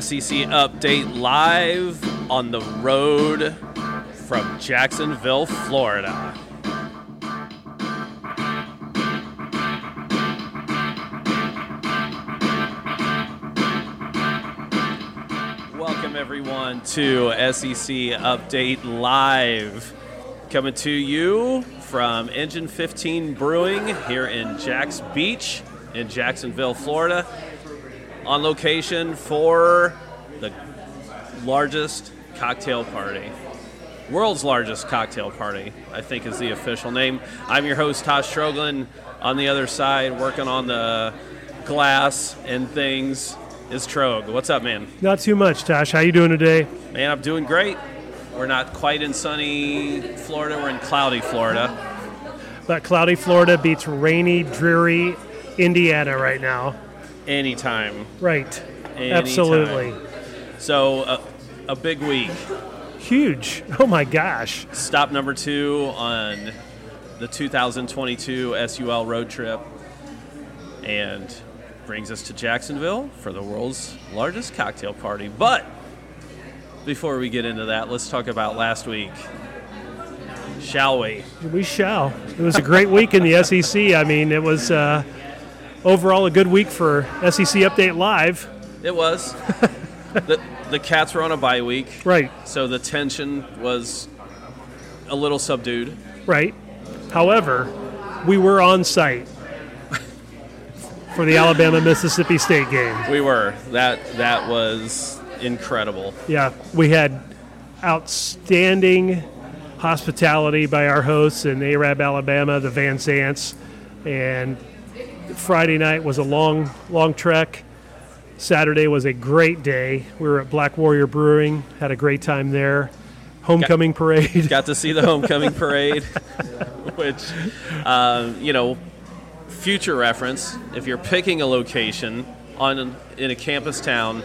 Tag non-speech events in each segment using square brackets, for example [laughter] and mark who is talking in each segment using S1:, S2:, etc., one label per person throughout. S1: SEC E update live on the road from Jacksonville, Florida. Welcome, everyone, to SEC Update Live. Coming to you from Engine 15 Brewing here in Jacks Beach in Jacksonville, Florida. On location for the largest cocktail party. World's largest cocktail party, I think is the official name. I'm your host, Tosh Troglin. On the other side, working on the glass and things, is Trog. What's up, man?
S2: Not too much, Tosh. How you doing today?
S1: Man, I'm doing great. We're not quite in sunny Florida. We're in cloudy Florida.
S2: But cloudy Florida beats rainy, dreary Indiana right now.
S1: Anytime.
S2: Right.
S1: Anytime.
S2: Absolutely.
S1: So, uh, a big week.
S2: Huge. Oh my gosh.
S1: Stop number two on the 2022 SUL road trip. And brings us to Jacksonville for the world's largest cocktail party. But before we get into that, let's talk about last week. Shall we?
S2: We shall. It was a great week in the [laughs] SEC. I mean, it was uh, overall a good week for SEC Update Live.
S1: It was. the, the Cats were on a bye week.
S2: Right.
S1: So the tension was a little subdued.
S2: Right. However, we were on site [laughs] for the Alabama Mississippi State game.
S1: We were. That that was incredible.
S2: Yeah, we had outstanding hospitality by our hosts in Arab, Alabama, the Van Zants, and Friday night was a long, long trek. Saturday was a great day. We were at Black Warrior Brewing, had a great time there.
S1: [laughs]
S2: Homecoming parade.
S1: Got to see the homecoming parade, [laughs] which um, you know, future reference. If you're picking a location on in a campus town,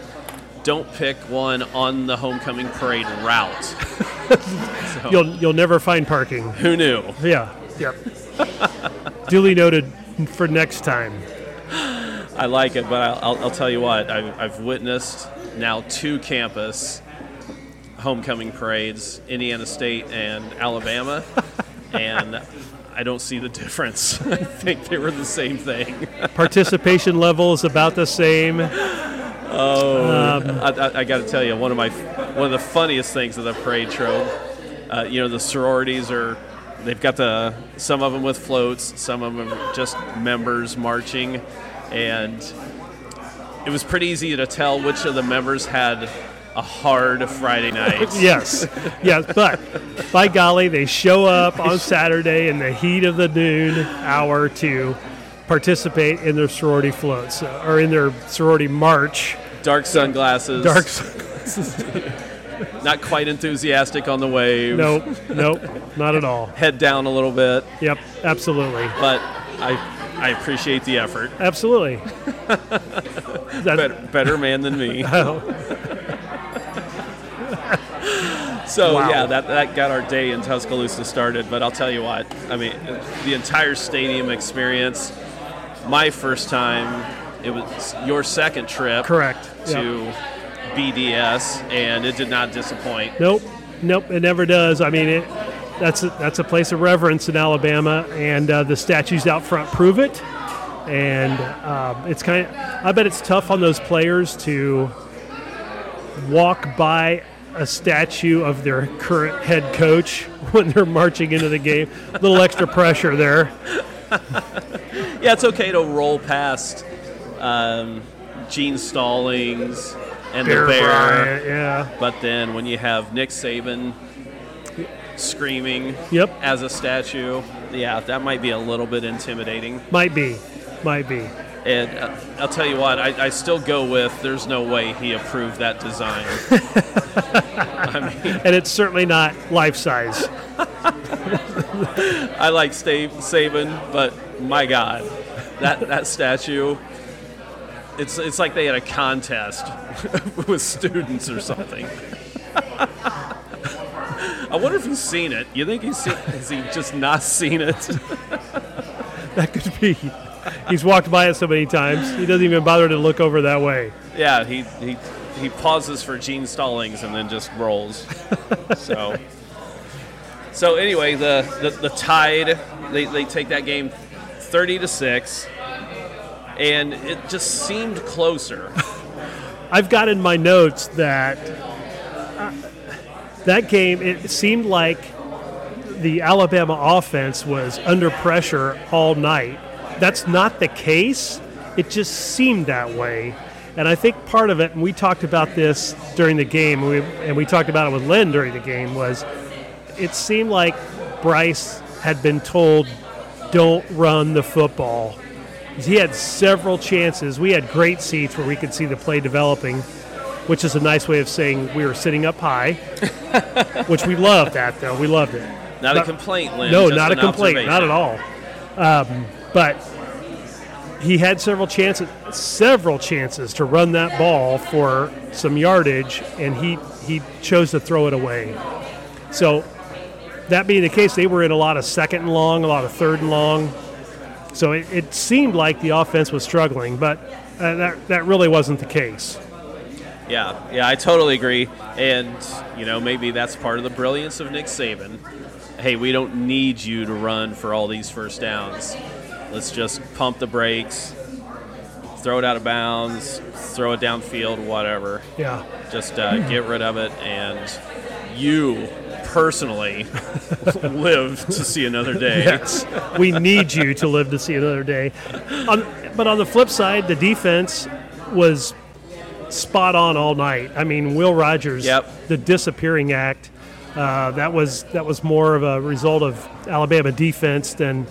S1: don't pick one on the homecoming parade route.
S2: You'll you'll never find parking.
S1: [laughs] Who knew?
S2: Yeah. Yep. Duly noted for next time.
S1: I like it, but I'll, I'll, I'll tell you what, I've, I've witnessed now two campus homecoming parades Indiana State and [laughs] Alabama, and I don't see the difference. [laughs] I think they were the same thing.
S2: Participation level is about the same.
S1: Um, I, I, I got to tell you, one of my one of the funniest things of the parade trail, uh, you know, the sororities are they've got the some of them with floats, some of them are just members marching, and it was pretty easy to tell which of the members had a hard Friday night.
S2: Yes, yes, but by golly, they show up on Saturday in the heat of the noon hour to participate in their sorority floats uh, or in their sorority march.
S1: Dark sunglasses,
S2: Dark,
S1: not quite enthusiastic on the wave.
S2: nope, nope, not at all.
S1: head down a little bit,
S2: Yep, absolutely,
S1: but I I appreciate the effort. [laughs]
S2: absolutely.
S1: better,
S2: That, oh,
S1: better man than me. so
S2: Wow.
S1: yeah, that that got our day in Tuscaloosa started. But I'll tell you what, I mean, the entire stadium experience. My first time, it was your second trip.
S2: correct.
S1: To
S2: Yep.
S1: BDS, and it did not disappoint.
S2: Nope, nope, it never does. I mean, it, that's a, that's a place of reverence in Alabama, and uh, the statues out front prove it. And um, it's kind of, I bet it's tough on those players to walk by a statue of their current head coach [laughs] when they're marching into the game. A little extra pressure there.
S1: Yeah, it's okay to roll past um, Gene Stallings and the Bear.
S2: Bryant, yeah.
S1: But then when you have Nick Saban screaming
S2: Yep.
S1: as a statue, yeah, that might be a little bit intimidating.
S2: Might be, might be.
S1: And uh, I'll tell you what, I, I still go with there's no way he approved that design. I mean,
S2: And it's certainly not life size.
S1: I like Stave, Saban, but my God, that, that statue. It's, it's like they had a contest [laughs] with students or something. [laughs] I wonder if he's seen it. You think he's seen, has he just not seen it?
S2: That could be. He's walked by it so many times, he doesn't even bother to look over that way.
S1: Yeah, he he he pauses for Gene Stallings and then just
S2: [laughs]
S1: rolls. so, so anyway, the the, the Tide they, they take that game thirty to six, and it just seemed closer.
S2: I've got in my notes that uh, that game, it seemed like the Alabama offense was under pressure all night. That's not the case. It just seemed that way. And I think part of it, and we talked about this during the game, we, and we talked about it with Lynn during the game, was it seemed like Bryce had been told, don't run the football. He had several chances. We had great seats where we could see the play developing, which is a nice way of saying we were sitting up high, [laughs] which we loved that, though. We loved it.
S1: Not a
S2: But-
S1: complaint, Lynn.
S2: No,
S1: just
S2: not a
S1: an
S2: complaint, not
S1: observation.
S2: at all. Um, but he had several chances, several chances to run that ball for some yardage, and he he chose to throw it away. So that being the case, they were in a lot of second and long, a lot of third and long. So it, it seemed like the offense was struggling, but uh, that that really wasn't the case.
S1: Yeah, yeah, I totally agree. And, you know, maybe that's part of the brilliance of Nick Saban. Hey, we don't need you to run for all these first downs. Let's just pump the brakes, throw it out of bounds, throw it downfield, whatever.
S2: Yeah.
S1: Just uh, get rid of it. And you personally [laughs] live to see another day.
S2: Yes, we need you to live to see another day. On, but on the flip side, the defense was spot on all night. I mean, Will Rogers,
S1: Yep.
S2: the disappearing act. Uh, that was that was more of a result of Alabama defense than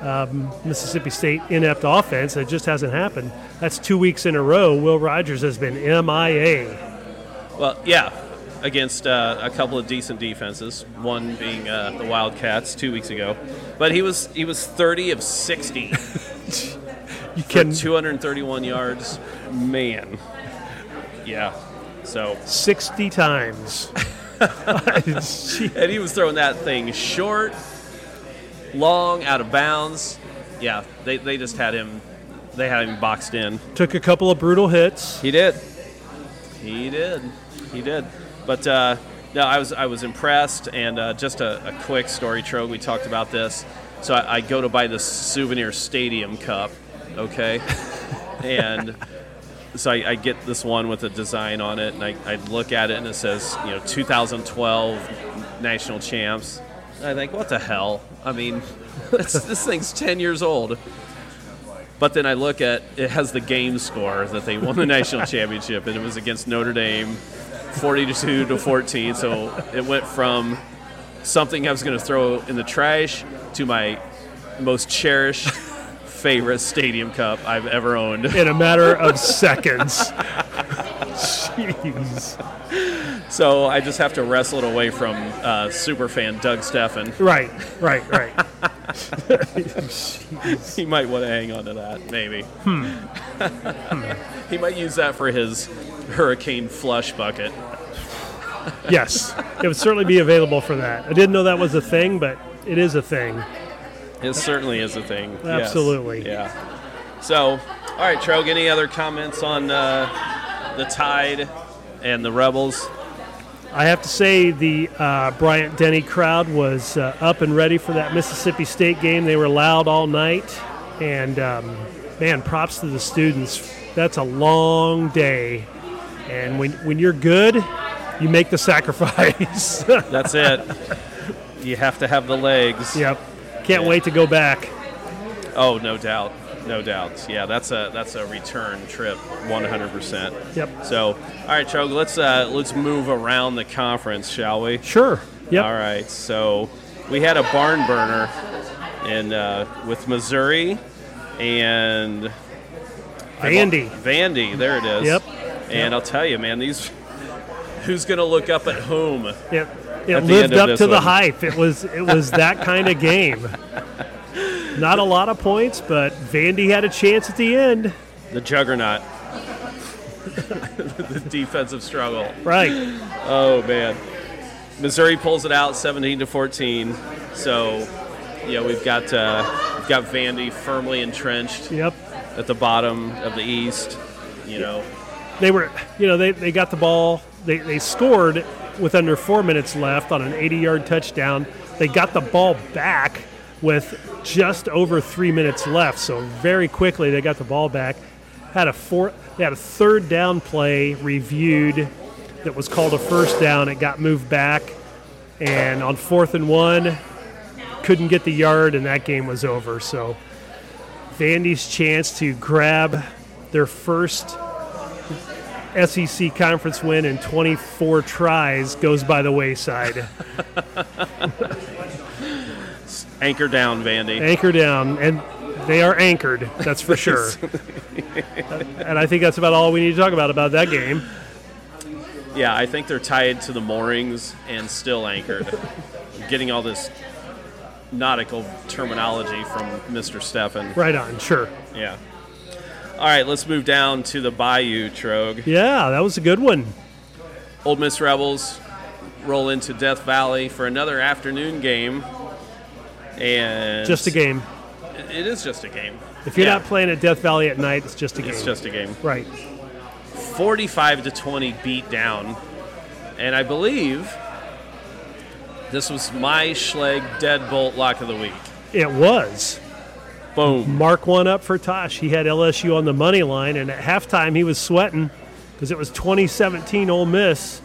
S2: um, Mississippi State inept offense. It just hasn't happened. That's two weeks in a row. Will Rogers has been MIA.
S1: Well, yeah, against uh, a couple of decent defenses. One being uh, the Wildcats two weeks ago, but he was he was thirty of sixty
S2: You
S1: for
S2: can
S1: two hundred and thirty-one yards. Man, yeah. So [laughs]
S2: 60 times. [laughs] Gee.
S1: and he was throwing that thing short, long, out of bounds. Yeah, they, they just had him. They had him boxed in.
S2: Took a couple of brutal hits.
S1: He did. He did. He did. But uh, no, I was I was impressed. And uh, just a, a quick story, Trogue. We talked about this. So I, I go to buy this souvenir stadium cup, okay, and so I, I get this one with a design on it, and I, I look at it and it says you know 2012 national champs. And I think what the hell? I mean, [laughs] this, this thing's 10 years old. But then I look at it has the game score that they won the national championship, and it was against Notre Dame, forty-two to fourteen. So it went from something I was going to throw in the trash to my most cherished, favorite stadium cup I've ever
S2: [laughs]
S1: owned.
S2: in a matter of seconds. Jeez.
S1: So I just have to wrestle it away from uh, superfan Doug Steffen. [laughs]
S2: Right, right, right.
S1: He might want to hang on to that, maybe. [laughs] he might use that for his hurricane flush bucket.
S2: Yes, it would certainly be available for that. I didn't know that was a thing, but it is a thing.
S1: It certainly is a thing. yes.
S2: Absolutely.
S1: Yeah. So, all right, Trog, any other comments on uh, the Tide and the Rebels?
S2: I have to say, the uh, Bryant Denny crowd was uh, up and ready for that Mississippi State game. They were loud all night. And um, man, props to the students. That's a long day. And when, when you're good, you make the sacrifice. [laughs]
S1: That's it. you have to have the legs.
S2: yep. Can't wait to go back.
S1: Oh, no doubt. No doubt. Yeah, that's a that's a return trip 100%.
S2: Yep.
S1: So, all right, Trog, let's uh, let's move around the conference, shall we?
S2: Sure. Yep.
S1: All right, so we had a barn burner in uh, with Missouri and
S2: Vandy.
S1: Vandy, there it is.
S2: Yep.
S1: And I'll tell you, man, these who's gonna look up at whom?
S2: It,
S1: At
S2: it
S1: the end
S2: lived
S1: of
S2: up
S1: this
S2: to the
S1: one.
S2: hype. It was it
S1: [laughs]
S2: was that kind of game. Not a lot of points, but Vandy had a chance at the end.
S1: The juggernaut. [laughs] the defensive struggle.
S2: Right.
S1: Oh man. Missouri pulls it out 17 to 14. So yeah, we've got uh, we've got Vandy firmly entrenched
S2: Yep.
S1: at the bottom of the East. You know,
S2: they were, you know, they, they got the ball. They, they scored with under four minutes left on an 80 yard touchdown. They got the ball back with just over three minutes left. So very quickly they got the ball back. Had a four, they had a third down play reviewed that was called a first down. It got moved back, and on fourth and one, couldn't get the yard, and that game was over. So Vandy's chance to grab their first SEC E conference win in 24 tries goes by the wayside.
S1: Anchor down, Vandy.
S2: Anchor down, and they are anchored. That's for
S1: [laughs]
S2: sure. and I think that's about all we need to talk about about that game.
S1: Yeah, I think they're tied to the moorings and still anchored. I'm Getting all this nautical terminology from Mr. Stefan.
S2: Right on, sure.
S1: Yeah. All right, let's move down to the Bayou Trogue.
S2: Yeah, that was a good one.
S1: Old Miss Rebels roll into Death Valley for another afternoon game. And
S2: Just a game.
S1: It is just a game.
S2: If you're
S1: Yeah,
S2: not playing at Death Valley at night, it's just a game.
S1: it's just a game.
S2: right.
S1: 45 to 20 beat down. And I believe this was my Schleg deadbolt lock of the week.
S2: It was.
S1: Boom.
S2: Mark one up for Tosh. He had LSU on the money line, and at halftime he was sweating because it was 2017 Ole Miss,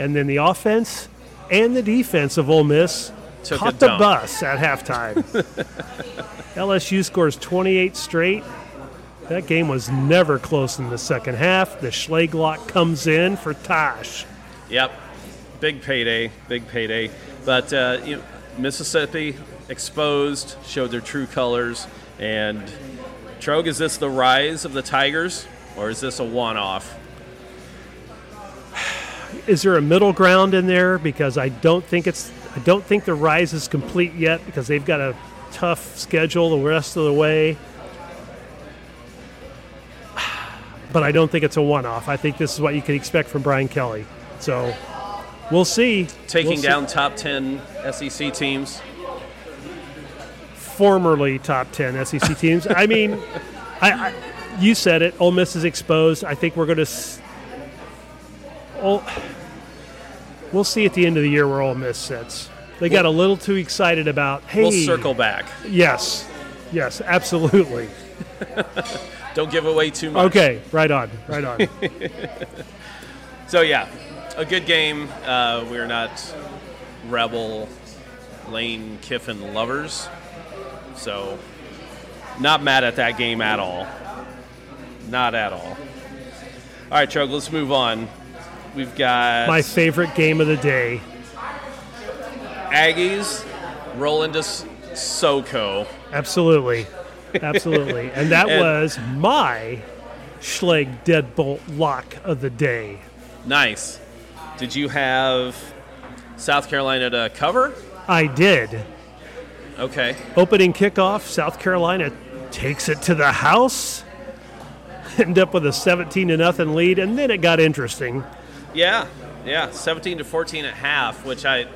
S2: and then the offense and the defense of Ole Miss
S1: Took a
S2: caught the
S1: dump.
S2: bus at halftime.
S1: [laughs]
S2: LSU scores 28 straight. That game was never close in the second half. The Schleglock comes in for Tosh.
S1: Yep. Big payday. Big payday. But uh, you know, Mississippi exposed, showed their true colors. And Trogue, is this the rise of the Tigers or is this a one off?
S2: is there a middle ground in there because I don't think it's I don't think the rise is complete yet because they've got a tough schedule the rest of the way. [sighs] But I don't think it's a one-off. I think this is what you can expect from Brian Kelly. So we'll see.
S1: Taking
S2: We'll see.
S1: down top 10 SEC teams.
S2: formerly top ten SEC teams. I mean, I, I you said it. Ole Miss is exposed. I think we're going to. S- Ole, we'll see at the end of the year where Ole Miss sits. They got a little too excited about. Hey,
S1: We'll circle back.
S2: Yes, yes, absolutely.
S1: Don't give away too much.
S2: Okay, right on, right
S1: [laughs]
S2: on.
S1: So yeah, a good game. Uh, we're not Rebel Lane Kiffin lovers, so not mad at that game at all. Not at all. All right, Chug, let's move on. We've got
S2: My favorite game of the day.
S1: Aggies roll into S- SoCo.
S2: Absolutely. Absolutely. And
S1: [laughs]
S2: that
S1: And-
S2: was my Schleg deadbolt lock of the day.
S1: Nice. Did you have South Carolina to cover?
S2: I did.
S1: Okay.
S2: Opening kickoff, South Carolina takes it to the house. End up with a 17 to nothing lead, and then it got interesting.
S1: Yeah, yeah, 17 to 14 and a half, which I,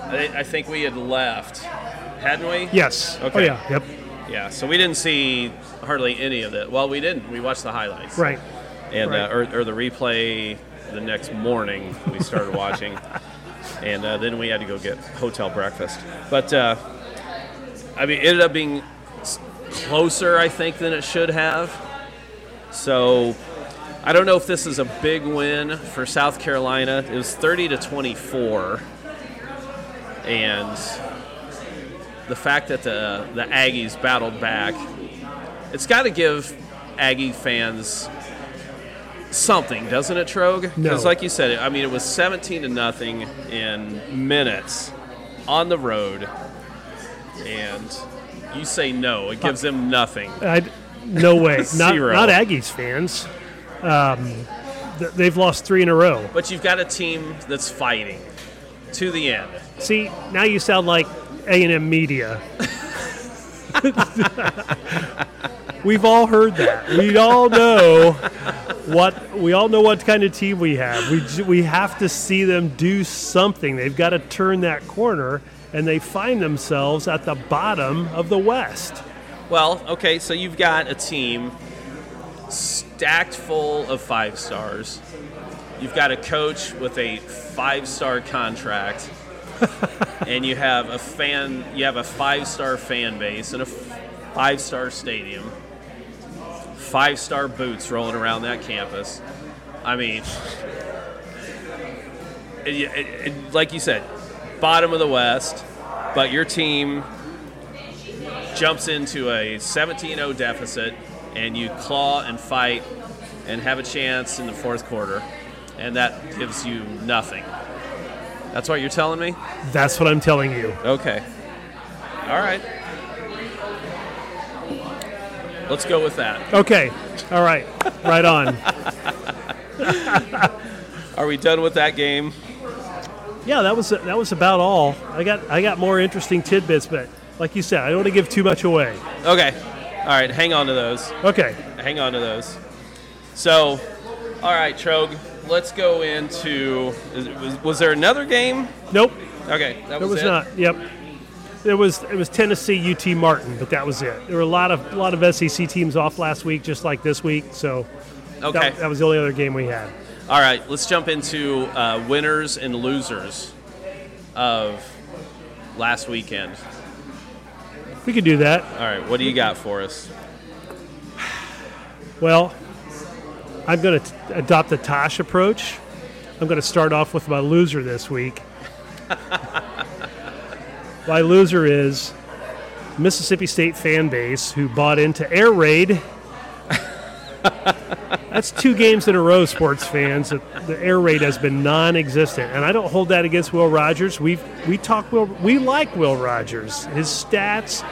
S1: I, I think we had left, hadn't we?
S2: Yes. Oh
S1: Okay.
S2: yeah. Yep.
S1: Yeah. So we didn't see hardly any of it. Well, we didn't. We watched the highlights.
S2: Right.
S1: And
S2: right.
S1: Uh, or, or the replay the next morning we started watching,
S2: [laughs]
S1: and uh, then we had to go get hotel breakfast. But uh, I mean, it ended up being s- closer, I think, than it should have. So I don't know if this is a big win for South Carolina. It was 30 to 24. And the fact that the, the Aggies battled back, it's got to give Aggie fans something, doesn't it, Trogue?
S2: No.
S1: Because, like you said, I mean, it was 17 to nothing in minutes on the road. And you say no, it gives them nothing.
S2: I,
S1: [laughs]
S2: no way. Not
S1: Zero.
S2: not Aggies fans. Um, th- they've lost three in a row.
S1: But you've got a team that's fighting to the end.
S2: See, now you sound like A and M media. We've all heard that. We all know what we all know what kind of team we have. We ju- we have to see them do something. They've got to turn that corner, and they find themselves at the bottom of the West.
S1: Well, okay, so you've got a team s- stacked full of five stars. You've got a coach with a five star contract, and you have a fan. You have a five star fan base and a five star stadium. Five star boots rolling around that campus. I mean, it, it, it, like you said, bottom of the West, but your team jumps into a 17-0 deficit and you claw and fight and have a chance in the fourth quarter and that gives you nothing that's what you're telling me
S2: That's what I'm telling you.
S1: okay all right let's go with that
S2: Okay. All right. Right on.
S1: are we done with that game
S2: Yeah, that was that was about all. I got I got more interesting tidbits, but like you said, I don't want to give too much away.
S1: okay all right hang on to those
S2: Okay.
S1: hang on to those. So, all right, Trog, let's go into. Is, was, was there another game?
S2: Nope.
S1: Okay, that
S2: There
S1: was,
S2: was
S1: it.
S2: not. Yep. There was it was Tennessee UT Martin, but that was it. There were a lot of a lot of SEC teams off last week, just like this week. So
S1: Okay,
S2: that, that was the only other game we had.
S1: all right, let's jump into uh, winners and losers of last weekend.
S2: We could do that.
S1: All right, what do you got for us?
S2: Well, I'm going to adopt the Tosh approach. I'm going to start off with my loser this
S1: [laughs]
S2: week. my loser is Mississippi State fan base who bought into air raid. That's two games in a row, sports fans. that The air raid has been non-existent, and I don't hold that against Will Rogers. We we talk Will. We like Will Rogers. His stats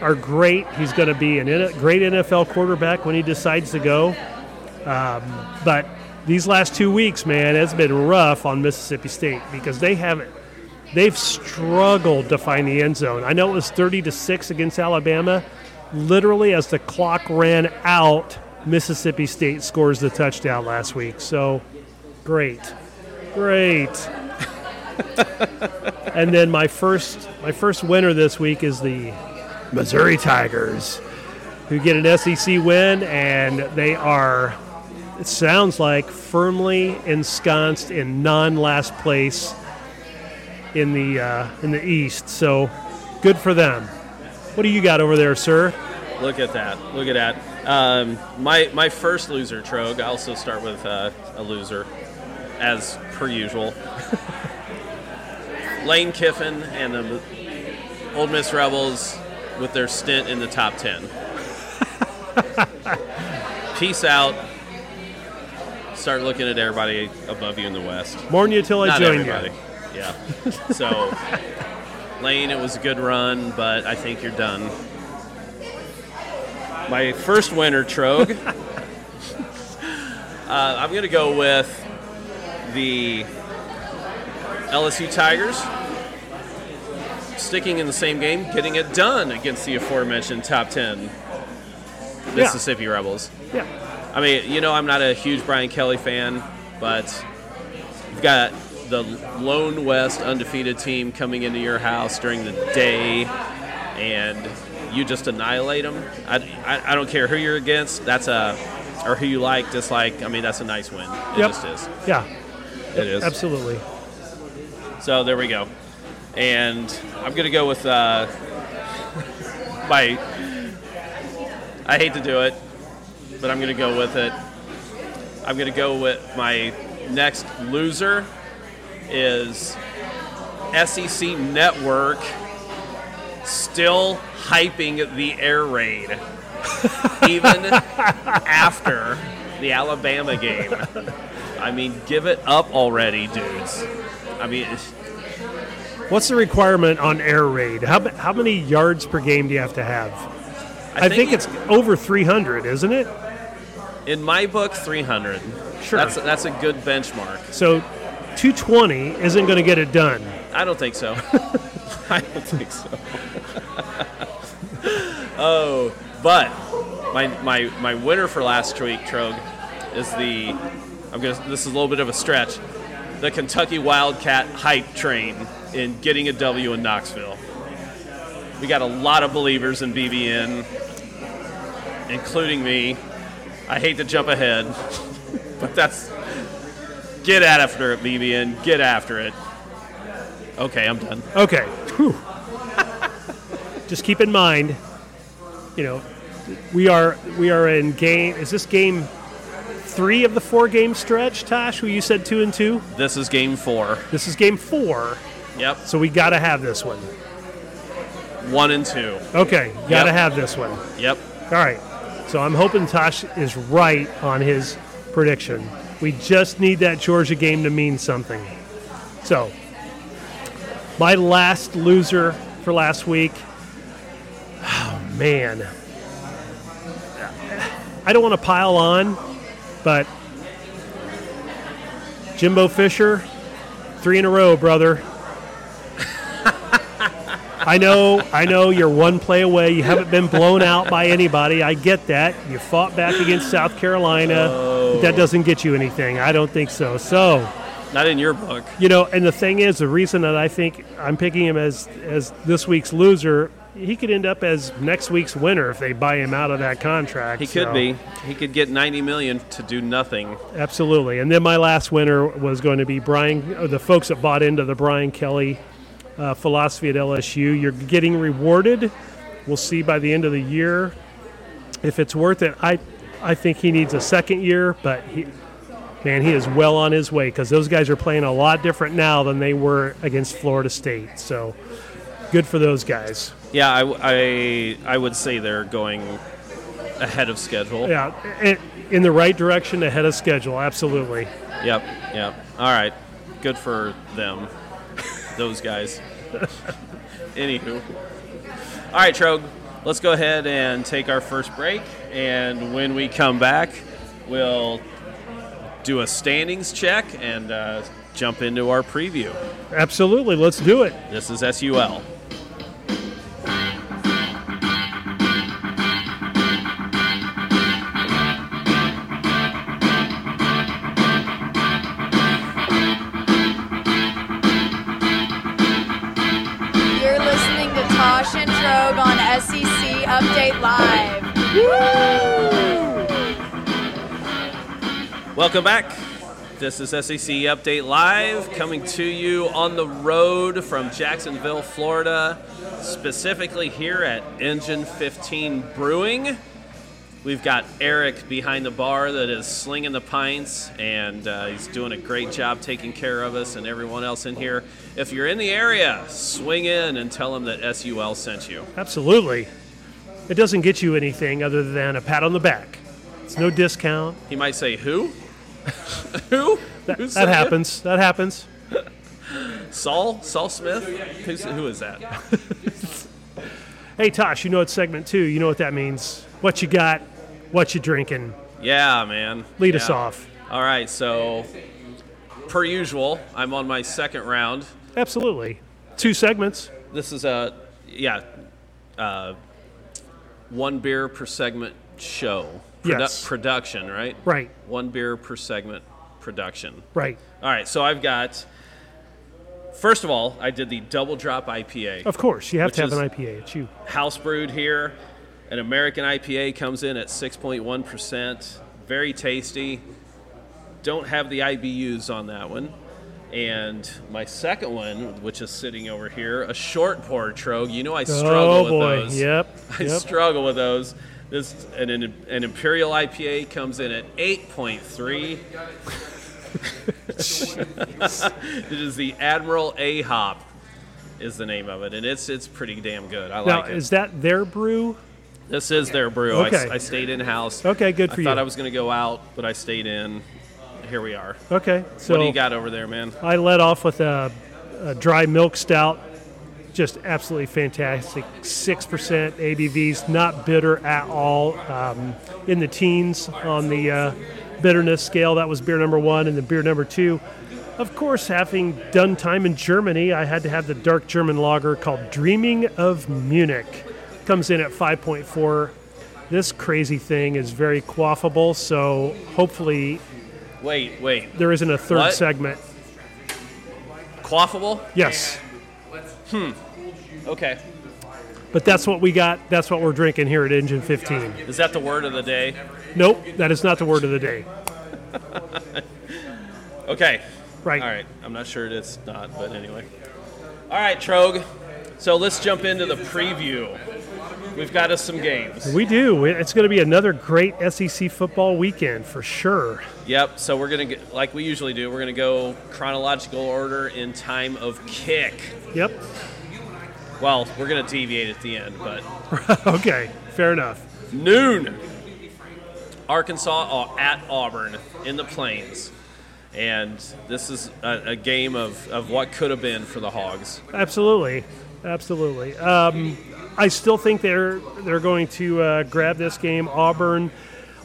S2: are great. He's going to be an N- great NFL quarterback when he decides to go. Um, but these last two weeks, man, it's been rough on Mississippi State because they haven't. They've struggled to find the end zone. I know it was thirty to six against Alabama. Literally, as the clock ran out, Mississippi State scores the touchdown last week. So, great, great. and then my first my first winner this week is the Missouri Tigers, who get an SEC win, and they are, it sounds like, firmly ensconced in non last place in the uh, in the East. So, good for them. What do you got over there, sir?
S1: Look at that. Look at that. Um, my my first loser, Trog. I also start with uh, a loser, as per usual. Lane Kiffin and the Old Miss Rebels with their stint in the top ten. Peace out. Start looking at everybody above you in the West.
S2: Mourn you till I
S1: Not
S2: join
S1: everybody.
S2: you.
S1: Yeah. So, Lane, it was a good run, but I think you're done. My first winner, Trog. uh, I'm going to go with the LSU Tigers. Sticking in the same game, getting it done against the aforementioned top 10 Mississippi Rebels.
S2: Yeah,
S1: I mean, you know, I'm not a huge Brian Kelly fan, but you've got the Lone West undefeated team coming into your house during the day, and you just annihilate them. I, I, I don't care who you're against. That's a or who you like, dislike. I mean, that's a nice win. It
S2: Yep.
S1: just is.
S2: yeah,
S1: It is.
S2: absolutely.
S1: So there we go. And I'm going to go with uh, my. I hate to do it, but I'm going to go with it. I'm going to go with my next loser is SEC Network still hyping the air raid even after the Alabama game. I mean, give it up already, dudes. I mean, it's-
S2: What's the requirement on air raid? How, how many yards per game do you have to have? I, think,
S1: you-
S2: it's over 300, isn't it?
S1: in my book 300.
S2: Sure.
S1: That's that's a good benchmark.
S2: So 220 isn't going to get it done.
S1: I don't think so. [laughs] I don't think so. [laughs] oh, but my my my winner for last week, Trog, is the I'm gonna. This is a little bit of a stretch. The Kentucky Wildcat hype train in getting a W in Knoxville. We got a lot of believers in BBN, including me. I hate to jump ahead, [laughs] but that's get after it, BBN. Get after it. Okay, I'm done.
S2: Okay. Whew. [laughs] Just keep in mind, you know, we are we are in game. Is this game three of the four game stretch, Tosh? Who you said two and two?
S1: This is game four.
S2: This is game four,
S1: Yep,
S2: so we gotta have this one.
S1: one and two.
S2: Okay,
S1: Yep.
S2: gotta have this one.
S1: Yep.
S2: All right. So I'm hoping Tosh is right on his prediction. We just need that Georgia game to mean something. So, my last loser for last week. Oh, man. I don't want to pile on, but Jimbo Fisher, three in a row, brother. I know, I know you're one play away. You haven't been blown out by anybody. I get that. You fought back against South Carolina. But that doesn't get you anything. I don't think so. So,
S1: Not in your book.
S2: you know, and the thing is, the reason that I think I'm picking him as as this week's loser, he could end up as next week's winner if they buy him out of that contract.
S1: He could
S2: so-
S1: be. He could get 90 million to do nothing.
S2: Absolutely. And then my last winner was going to be Brian, or the folks that bought into the Brian Kelly uh, philosophy at LSU. You're getting rewarded. We'll see by the end of the year if it's worth it. I, I think he needs a second year, but he, man, he is well on his way because those guys are playing a lot different now than they were against Florida State. So good for those guys.
S1: Yeah, I, w- I- I would say they're going ahead of schedule.
S2: Yeah, i- in the right direction, ahead of schedule. Absolutely.
S1: Yep, yep. All right. Good for them, those guys. Anywho. All right, Trog, let's go ahead and take our first break. And when we come back, we'll do a standings check and uh, jump into our preview.
S2: Absolutely. Let's do it.
S1: This is SUL.
S3: You're listening to Tosh and Trogue on SEC Update Live.
S1: Welcome back. This is SEC Update Live coming to you on the road from Jacksonville, Florida, specifically here at Engine 15 Brewing. We've got Eric behind the bar that is slinging the pints, and uh, he's doing a great job taking care of us and everyone else in here. If you're in the area, swing in and tell him that SUL sent you.
S2: Absolutely. It doesn't get you anything other than a pat on the back. It's no discount.
S1: He might say, Who? [laughs] Who?
S2: That,
S1: Who
S2: that
S1: sent you?
S2: happens. That happens.
S1: Saul? Saul Smith? Who's, who is that?
S2: Hey, Tosh, you know it's segment two. You know what that means. What you got, what you drinking.
S1: Yeah, man.
S2: Lead us
S1: Yeah.
S2: off.
S1: All right, so per usual, I'm on my second round.
S2: Absolutely. Two segments.
S1: This is a yeah, uh, one beer per segment show.
S2: Yes.
S1: Production, right?
S2: Right,
S1: One beer per segment production.
S2: right.
S1: All right, so I've got. First of all, I did the double drop IPA.
S2: Of course, you have
S1: Which
S2: to have
S1: is-
S2: an IPA. It's you.
S1: house brewed here. An American IPA comes in at 6.1%. Very tasty. Don't have the IBUs on that one. And my second one, which is sitting over here, a short pour trogue. You know I struggle
S2: oh,
S1: with
S2: boy.
S1: those.
S2: Yep.
S1: [laughs] I
S2: yep.
S1: struggle with those. This an, an, an Imperial IPA comes in at [laughs] 8.3. this is the Admiral A Hop is the name of it, and it's it's pretty damn good. I
S2: now,
S1: like it.
S2: is that their brew?
S1: This is their brew. I s-
S2: Okay.
S1: I, stayed in house.
S2: Okay, good for
S1: I thought
S2: you.
S1: I was going to go out, but I stayed in. Here we are.
S2: Okay. So
S1: what do you got over there, man?
S2: I led off with a, a dry milk stout, just absolutely fantastic. Six percent ABVs, not bitter at all. Um, in the teens on the uh, bitterness scale, that was beer number one, and then beer number two. Of course, having done time in Germany, I had to have the dark German lager called Dreaming of Munich. Comes in at 5.4. This crazy thing is very quaffable, so hopefully
S1: Wait, wait.
S2: there isn't a third
S1: What?
S2: segment.
S1: Quaffable?
S2: Yes.
S1: Okay.
S2: But that's what we got. That's what we're drinking here at Engine 15.
S1: Is that the word of the day?
S2: Nope, that is not the word of the day.
S1: Okay.
S2: Right.
S1: All right. I'm not sure it's not, but anyway. All right, Trog. So let's jump into the preview. We've got us some games.
S2: We do. It's going to be another great SEC football weekend for sure.
S1: Yep. So we're gonna get like we usually do. We're gonna go chronological order in time of kick.
S2: Yep. [laughs]
S1: Well, we're gonna deviate at the end, but
S2: okay, fair enough.
S1: noon. Arkansas au- at Auburn in the Plains. And this is a, a game of, of what could have been for the Hogs.
S2: Absolutely, absolutely. Um, I still think they're they're going to uh, grab this game. Auburn,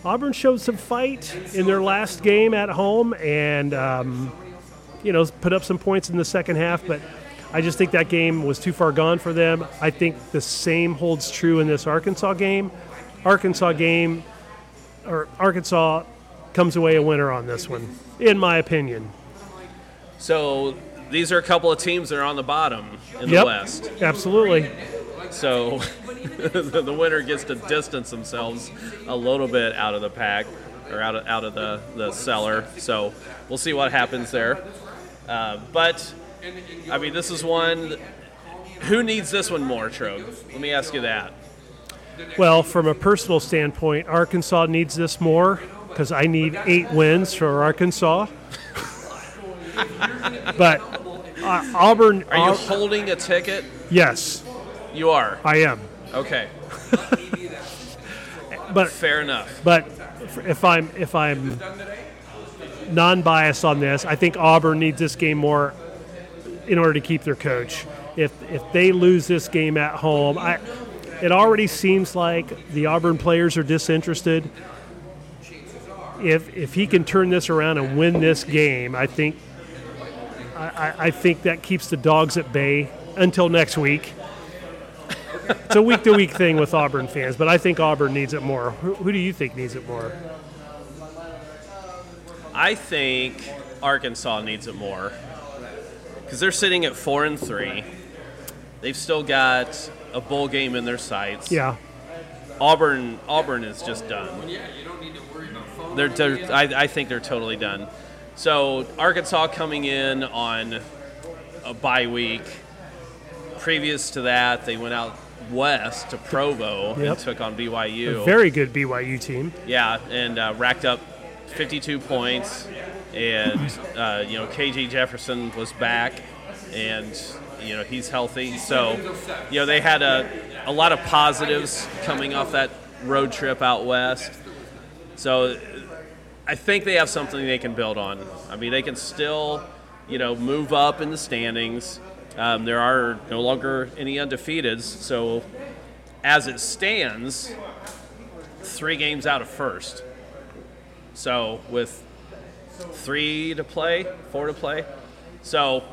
S2: Auburn showed some fight in their last game at home, and um, you know put up some points in the second half. But I just think that game was too far gone for them. I think the same holds true in this Arkansas game. Arkansas game, or Arkansas comes away a winner on this one, in my opinion.
S1: So these are a couple of teams that are on the bottom in the
S2: Yep.
S1: West.
S2: Absolutely.
S1: So [laughs] the, the winner gets to distance themselves a little bit out of the pack or out of, out of the, the cellar. So we'll see what happens there. Uh, but, I mean, this is one. Who needs this one more, Trogue? Let me ask you that.
S2: Well, from a personal standpoint, Arkansas needs this more because I need eight wins for Arkansas. [laughs] but uh, Auburn,
S1: Are you
S2: Au-
S1: holding a ticket?
S2: yes,
S1: You are.
S2: I am.
S1: Okay,
S2: But
S1: fair enough.
S2: but if I'm if I'm non-biased on this, I think Auburn needs this game more in order to keep their coach. If if they lose this game at home, I it already seems like the Auburn players are disinterested. If if he can turn this around and win this game, I think I, I, I think that keeps the dogs at bay until next week. It's a week to week thing with Auburn fans, but I think Auburn needs it more. Who, who do you think needs it more?
S1: I think Arkansas needs it more because they're sitting at four and three. They've still got a bowl game in their sights.
S2: Yeah.
S1: Auburn, Auburn is just done. They're, they're I, I think they're totally done. So Arkansas coming in on a bye week. Previous to that, they went out west to Provo
S2: Yep.
S1: and took on BYU.
S2: Very good BYU team.
S1: Yeah, and uh, racked up 52 points, and uh, you know KJ Jefferson was back, and you know he's healthy. So you know they had a a lot of positives coming off that road trip out west. So I think they have something they can build on. I mean, they can still you know move up in the standings. Um, there are no longer any undefeateds, so as it stands, three games out of first. So with three to play, four to play. So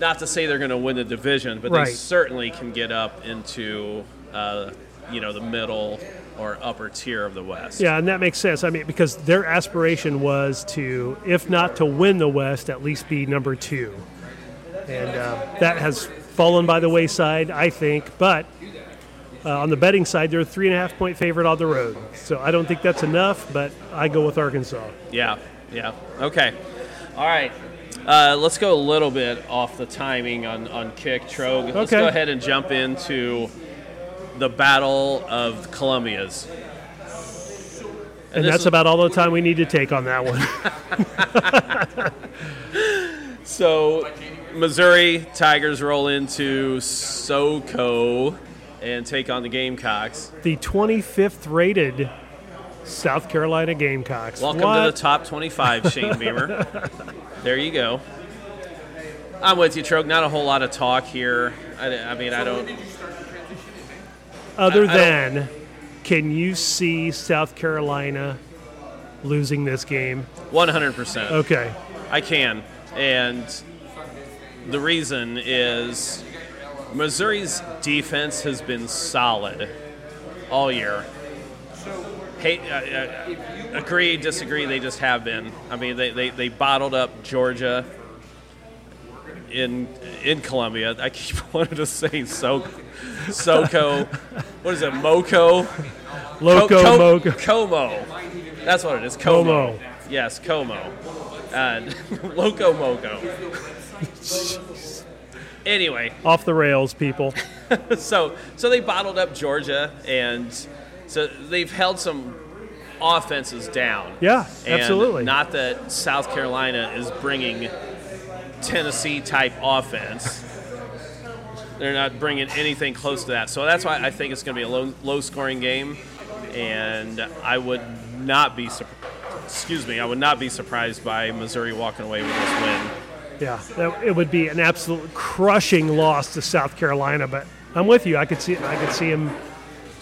S1: not to say they're going to win the division, but
S2: Right.
S1: they certainly can get up into uh, you know the middle or upper tier of the West.
S2: Yeah, and that makes sense. I mean, because their aspiration was to, if not to win the West, at least be number two. And uh, that has fallen by the wayside, I think. But uh, on the betting side, they're a three and a half point favorite on the road. So I don't think that's enough, but I go with Arkansas.
S1: Yeah, yeah. Okay. All right. Uh, let's go a little bit off the timing on, on kick Trogue. Let's
S2: Okay.
S1: go ahead and jump into the Battle of Columbia's.
S2: And,
S1: this
S2: that's
S1: is-
S2: about all the time we need to take on that one. [laughs]
S1: So, Missouri Tigers roll into SoCo and take on the Gamecocks.
S2: the 25th rated South Carolina Gamecocks.
S1: Welcome to
S2: What?
S1: the top 25, Shane Beamer. there you go. I'm with you, Trogue. Not a whole lot of talk here. I, I mean, I don't. I-
S2: Other
S1: I don't-
S2: than, can you see South Carolina losing this game?
S1: 100%.
S2: Okay.
S1: I can. And the reason is Missouri's defense has been solid all year. Hate, uh, uh, agree, disagree, they just have been. I mean, they, they, they bottled up Georgia. in in Columbia. I keep [laughs] wanting to say so, SoCo. what is it? MoCo.
S2: Loco
S1: Co-
S2: Moco.
S1: Como. That's what it is. Como.
S2: Como.
S1: Yes, Como. Uh, [laughs] And Loco Moco. [laughs] anyway,
S2: Off the
S1: [laughs]
S2: rails, people.
S1: so so they bottled up Georgia, and so they've held some offenses down.
S2: Yeah,
S1: And
S2: absolutely.
S1: Not that South Carolina is bringing Tennessee type offense. They're not bringing anything close to that. So that's why I think it's going to be a low, low scoring game, and I would not be surprised. Excuse me, I would not be surprised by Missouri walking away with this win.
S2: Yeah, that- it would be an absolute crushing loss to South Carolina, but I'm with you. I could see I could see him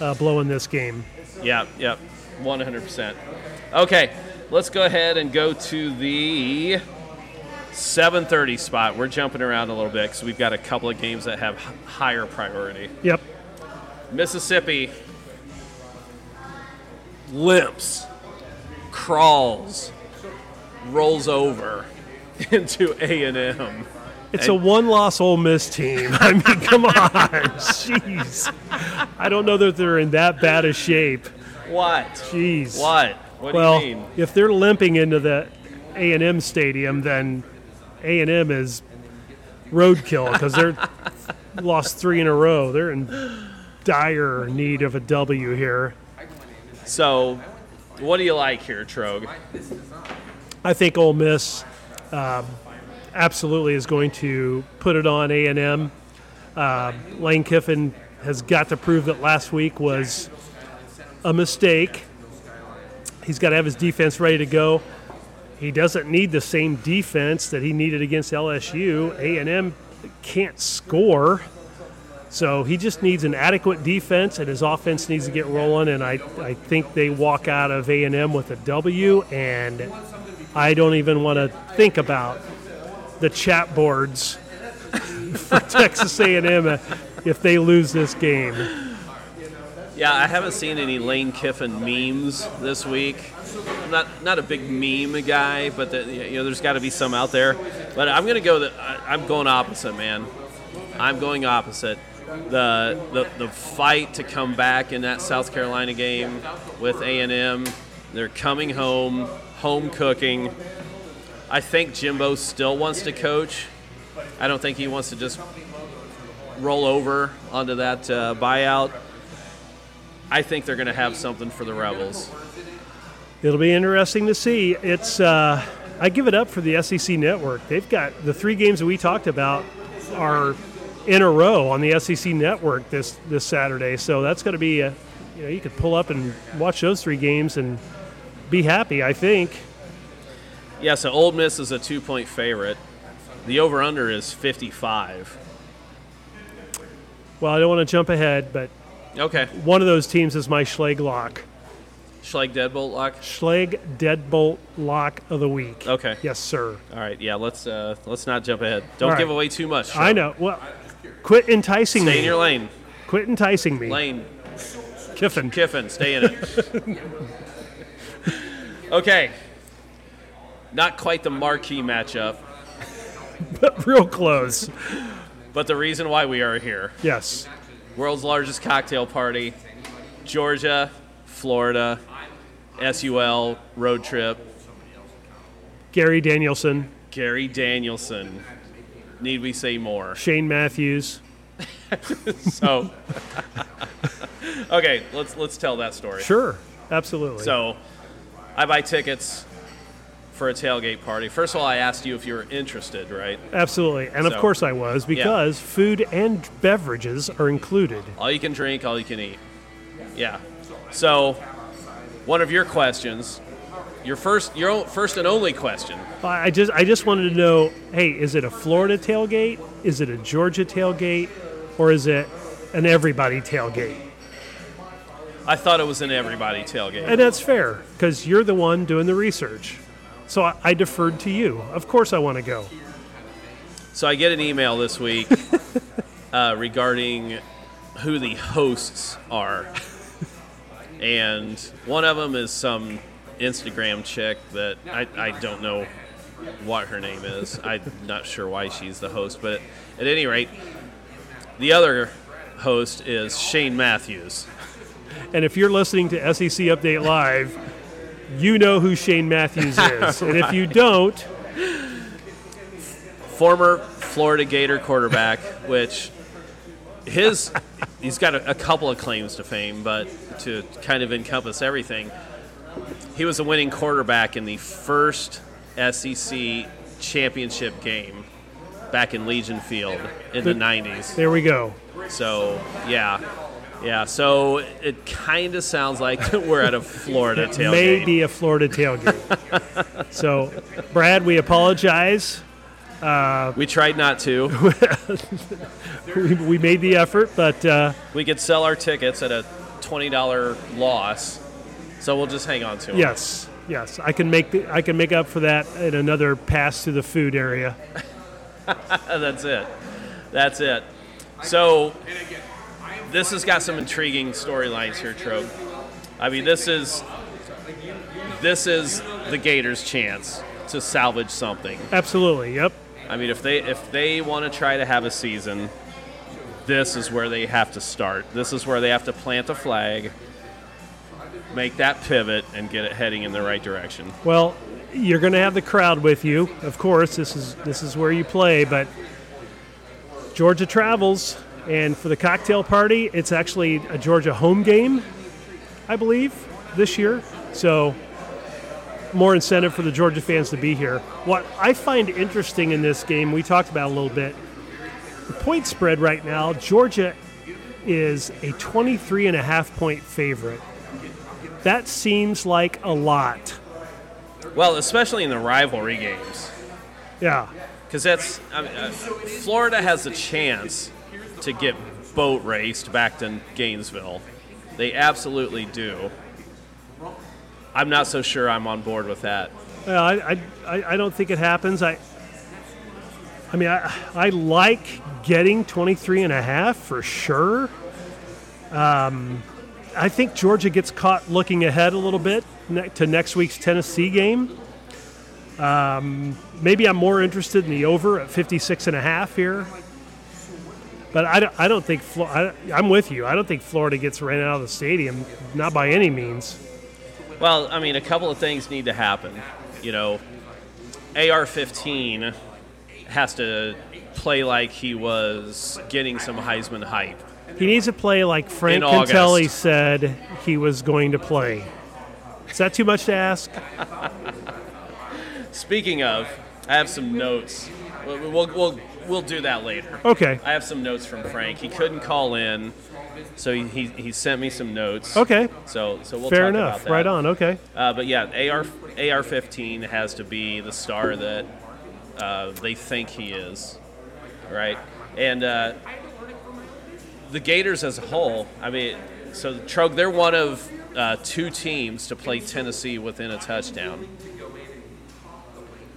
S2: uh, blowing this game.
S1: Yeah, yep, one hundred percent. Okay, let's go ahead and go to the seven thirty spot. We're jumping around a little bit because we've got a couple of games that have h- higher priority.
S2: Yep.
S1: Mississippi limps, crawls, rolls over [laughs] into A and M.
S2: It's a one-loss Ole Miss team. [laughs] I mean, come on, [laughs] jeez. I don't know that they're in that bad a shape.
S1: What?
S2: Jeez.
S1: What? What
S2: well,
S1: do you mean?
S2: if they're limping into the A and M stadium, then A and M is roadkill
S1: [laughs]
S2: because they're lost three in a row. They're in dire need of a W here.
S1: So, what do you like here, Trog?
S2: I think Ole Miss um, absolutely is going to put it on A and M. Uh, Lane Kiffin has got to prove that last week was a mistake. He's got to have his defense ready to go. He doesn't need the same defense that he needed against LSU. A and M can't score. So he just needs an adequate defense, and his offense needs to get rolling. And I, I think they walk out of A and M with a W, and I don't even want to think about the chat boards [laughs] for Texas A&M if they lose this game.
S1: Yeah, I haven't seen any Lane Kiffin memes this week. I'm not not a big meme guy, but the, you know, there's got to be some out there. But I'm gonna go. The, I, I'm going opposite, man. I'm going opposite. The, the the fight to come back in that South Carolina game with A&M. They're coming home, home cooking. I think Jimbo still wants to coach. I don't think he wants to just roll over onto that uh, buyout. I think they're going to have something for the Rebels.
S2: It'll be interesting to see. It's uh, I give it up for the SEC network. They've got the three games that we talked about are in a row on the SEC network this this Saturday. So that's going to be a, you know you could pull up and watch those three games and be happy. I think.
S1: Yeah, so Old Miss is a two point favorite. The over under is 55.
S2: Well, I don't want to jump ahead, but
S1: Okay.
S2: one of those teams is my Schlag lock.
S1: Schlag Deadbolt lock?
S2: Schlag deadbolt lock of the week.
S1: Okay.
S2: Yes, sir.
S1: All right. Yeah, let's uh, let's not jump ahead. Don't
S2: All right.
S1: give away too much.
S2: I know. Well, quit enticing
S1: Stay
S2: me.
S1: in your lane.
S2: quit enticing me.
S1: Lane
S2: Kiffin.
S1: Kiffin, stay in it. okay. Not quite the marquee matchup,
S2: [laughs] Real close.
S1: but the reason why we are here.
S2: Yes.
S1: World's largest cocktail party, Georgia, Florida, SUL, road trip,
S2: Gary Danielson,
S1: Gary Danielson. Need we say more?
S2: Shane Matthews.
S1: So, [laughs] okay, let's let's tell that story.
S2: Sure. Absolutely.
S1: So, I buy tickets for a tailgate party. First of all, I asked you if you were interested, right?
S2: Absolutely. And of
S1: So-
S2: course I was because food and beverages are included.
S1: All you can drink, all you can eat. Yeah. So, one of your questions, your first, your o- first and only question.
S2: I I just I just wanted to know, hey, is it a Florida tailgate? Is it a Georgia tailgate? Or is it an everybody tailgate?
S1: I thought it was an everybody tailgate.
S2: And that's fair because you're the one doing the research. So I, I deferred to you. Of course, I want to go.
S1: So I get an email this week uh, regarding who the hosts are, and one of them is some Instagram chick that I, I don't know what her name is. I'm not sure why she's the host, but at any rate, the other host is Shane Matthews.
S2: And if you're listening to SEC Update Live, you know who Shane Matthews is. And if you don't,
S1: former Florida Gator quarterback, which his he's got a, a couple of claims to fame, but to kind of encompass everything, he was a winning quarterback in the first SEC championship game back in Legion Field in the
S2: Good.
S1: 90s.
S2: there we go.
S1: So, yeah. Yeah, so it kind of sounds like [laughs] we're at a Florida tailgate.
S2: May be a Florida tailgate. so, Brad, we apologize.
S1: We tried not to.
S2: We, we made the effort, but uh,
S1: we could sell our tickets at a $20 loss. So we'll just hang on to them.
S2: yes, yes, I can make the, I can make up for that in another pass to the food area.
S1: That's it. That's it. So this has got some intriguing storylines here, Trope. I mean, this is this is the Gators' chance to salvage something.
S2: Absolutely. Yep.
S1: I mean, if they if they want to try to have a season, this is where they have to start. This is where they have to plant a flag, make that pivot, and get it heading in the right direction.
S2: Well, you're going to have the crowd with you, of course. This is this is where you play, but Georgia travels, and for the cocktail party, it's actually a Georgia home game, I believe, this year. So more incentive for the Georgia fans to be here. What I find interesting in this game, we talked about a little bit. The point spread right now, Georgia is a 23 and a half point favorite. That seems like a lot.
S1: Well, especially in the rivalry games.
S2: Yeah.
S1: Because that's I mean, uh, Florida has a chance to get boat raced back to Gainesville. They absolutely do. I'm not so sure I'm on board with that.
S2: Well, I, I- I, I don't think it happens. I, I mean, I, I like getting 23 and a half for sure. Um, I think Georgia gets caught looking ahead a little bit ne- to next week's Tennessee game. Um, maybe I'm more interested in the over at 56 and a half here. But I don't, I don't think Flo- I, I'm with you. I don't think Florida gets ran out of the stadium, not by any means.
S1: Well, I mean, a couple of things need to happen. You know, AR-15 has to play like he was getting some Heisman hype.
S2: He needs to play like Frank
S1: In August.
S2: Contelli said he was going to play. Is that too much to ask?
S1: Speaking of, I have some notes. We'll we'll we'll, we'll do that later.
S2: Okay.
S1: I have some notes from Frank. He couldn't call in, so he, he, he sent me some notes.
S2: Okay.
S1: So so we'll talk
S2: Fair enough.
S1: about that.
S2: Right on. Okay.
S1: Uh, but yeah, AR AR fifteen has to be the star that uh, they think he is, right? And uh, the Gators as a whole. I mean, so Trog, they're one of uh, two teams to play Tennessee within a touchdown.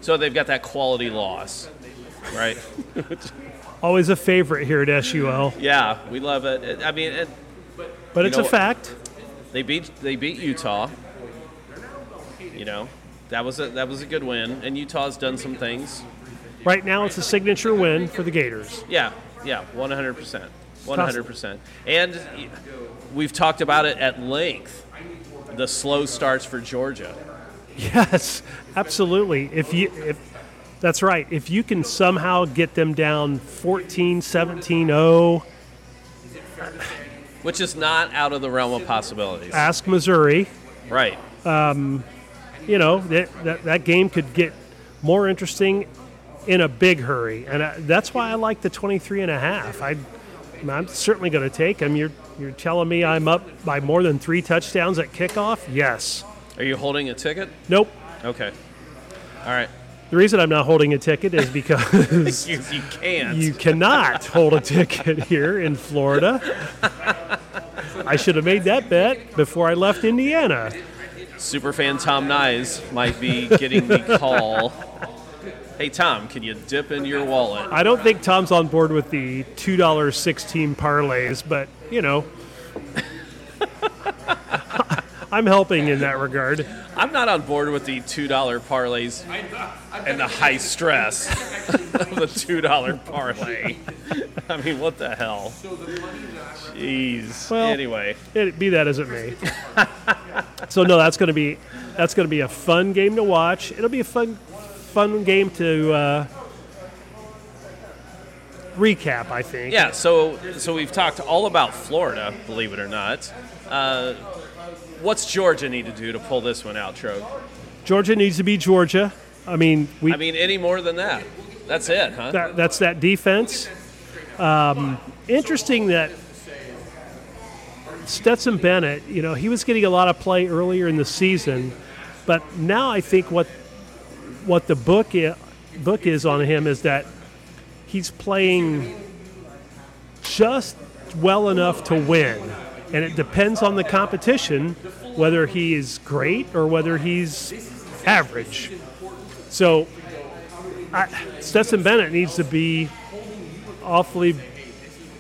S1: So they've got that quality loss, right?
S2: Always a favorite here at SUL,
S1: yeah, we love it. I mean, it,
S2: but it's
S1: know
S2: a
S1: what?
S2: fact.
S1: They beat they beat Utah. You know, that was a that was a good win, and Utah's done some things.
S2: Right now, it's a signature win for the
S1: [laughs]
S2: Gators.
S1: Yeah, yeah, one hundred percent, one hundred percent. And we've talked about it at length. The slow starts for Georgia.
S2: Yes, absolutely. If you if that's right, if you can somehow get them down oh, 14, 17, 0,
S1: Which is not out of the realm of possibilities,
S2: ask Missouri.
S1: right?
S2: you know that, that that game could get more interesting in a big hurry and I, that's why i like the 23 and a half i i'm certainly going to take them you're you're telling me i'm up by more than three touchdowns at kickoff yes
S1: Are you holding a ticket?
S2: nope
S1: Okay, all right.
S2: the reason i'm not holding a ticket is
S1: [laughs]
S2: because
S1: You, you can't.
S2: you cannot hold a ticket here in florida i should have made that bet before i left indiana
S1: Superfan Tom Nyes might be getting the call. hey Tom, can you dip in your wallet?
S2: I don't think Tom's on board with the two dollar sixteen parlays, but you know, [laughs] I'm helping in that regard.
S1: I'm not on board with the two dollar parlays and the high stress [laughs] of the two dollar parlay. I mean, what the hell? Jeez.
S2: Well-
S1: anyway,
S2: It, be that as it may. so no, that's going to be that's going to be a fun game to watch. It'll be a fun fun game to uh, recap. I think.
S1: yeah. So so we've talked all about Florida, believe it or not. Uh, what's Georgia need to do to pull this one out, Trog?
S2: Georgia needs to be Georgia. I mean, we
S1: I mean, any more than that? That's it, huh?
S2: that, that's that defense. Um, interesting that Stetson Bennett, you know, he was getting a lot of play earlier in the season, but now I think what what the book i- book is on him is that he's playing just well enough to win, and it depends on the competition whether he is great or whether he's average. So I, Stetson Bennett needs to be awfully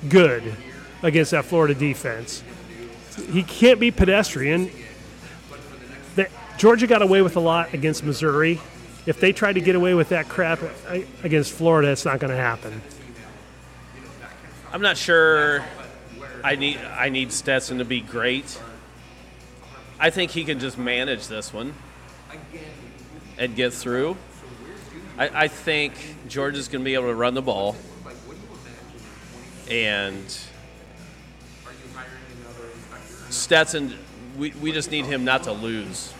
S2: good against that Florida defense. He can't be pedestrian. That Georgia got away with a lot against Missouri. If they try to get away with that crap a- against Florida, it's not going to happen.
S1: I'm not sure. I need I need Stetson to be great. I think he can just manage this one and get through. I, I think George is going to be able to run the ball, and Stetson. We, we just need him not to lose.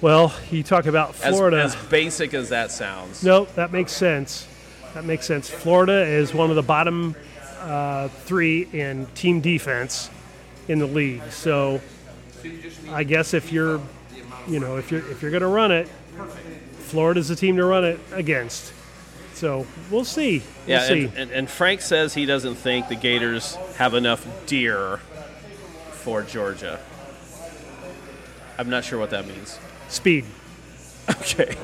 S2: Well, you talk about
S1: As,
S2: Florida.
S1: as basic as that sounds.
S2: No, that makes sense. That makes sense. Florida is one of the bottom uh, three in team defense in the league. So I guess if you're, you know, if you're if you're going to run it, Florida's the team to run it against. So we'll see. We'll
S1: Yeah,
S2: see.
S1: and, and, and Frank says he doesn't think the Gators have enough deer for Georgia. I'm not sure what that means. [laughs]
S2: Speed.
S1: Okay.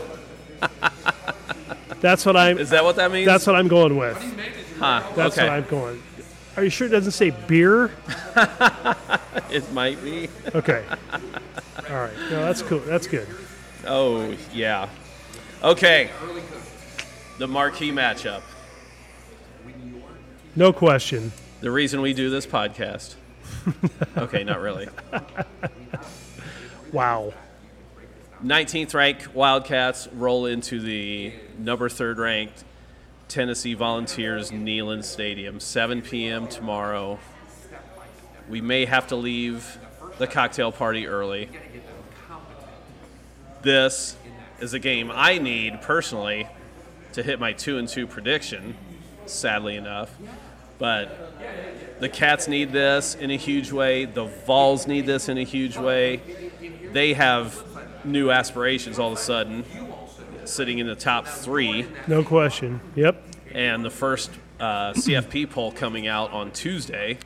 S2: That's what I'm.
S1: Is that what that means?
S2: That's what I'm going with.
S1: huh.
S2: That's
S1: okay.
S2: what I'm going. Are you sure it doesn't say beer?
S1: It might be.
S2: Okay. [laughs] All right. No, that's cool. That's good.
S1: Oh, yeah. Okay. The marquee matchup.
S2: No question.
S1: The reason we do this
S2: [laughs]
S1: podcast. okay, not really.
S2: Wow.
S1: 19th ranked Wildcats roll into the number third ranked Tennessee Volunteers Neyland Stadium, 7 p.m. tomorrow. We may have to leave the cocktail party early. This is a game I need personally to hit my 2 and 2 prediction, sadly enough. But the Cats need this in a huge way, the Vols need this in a huge way they have new aspirations all of a sudden, sitting in the top three.
S2: No question. Yep.
S1: And the first uh, CFP poll coming out on Tuesday.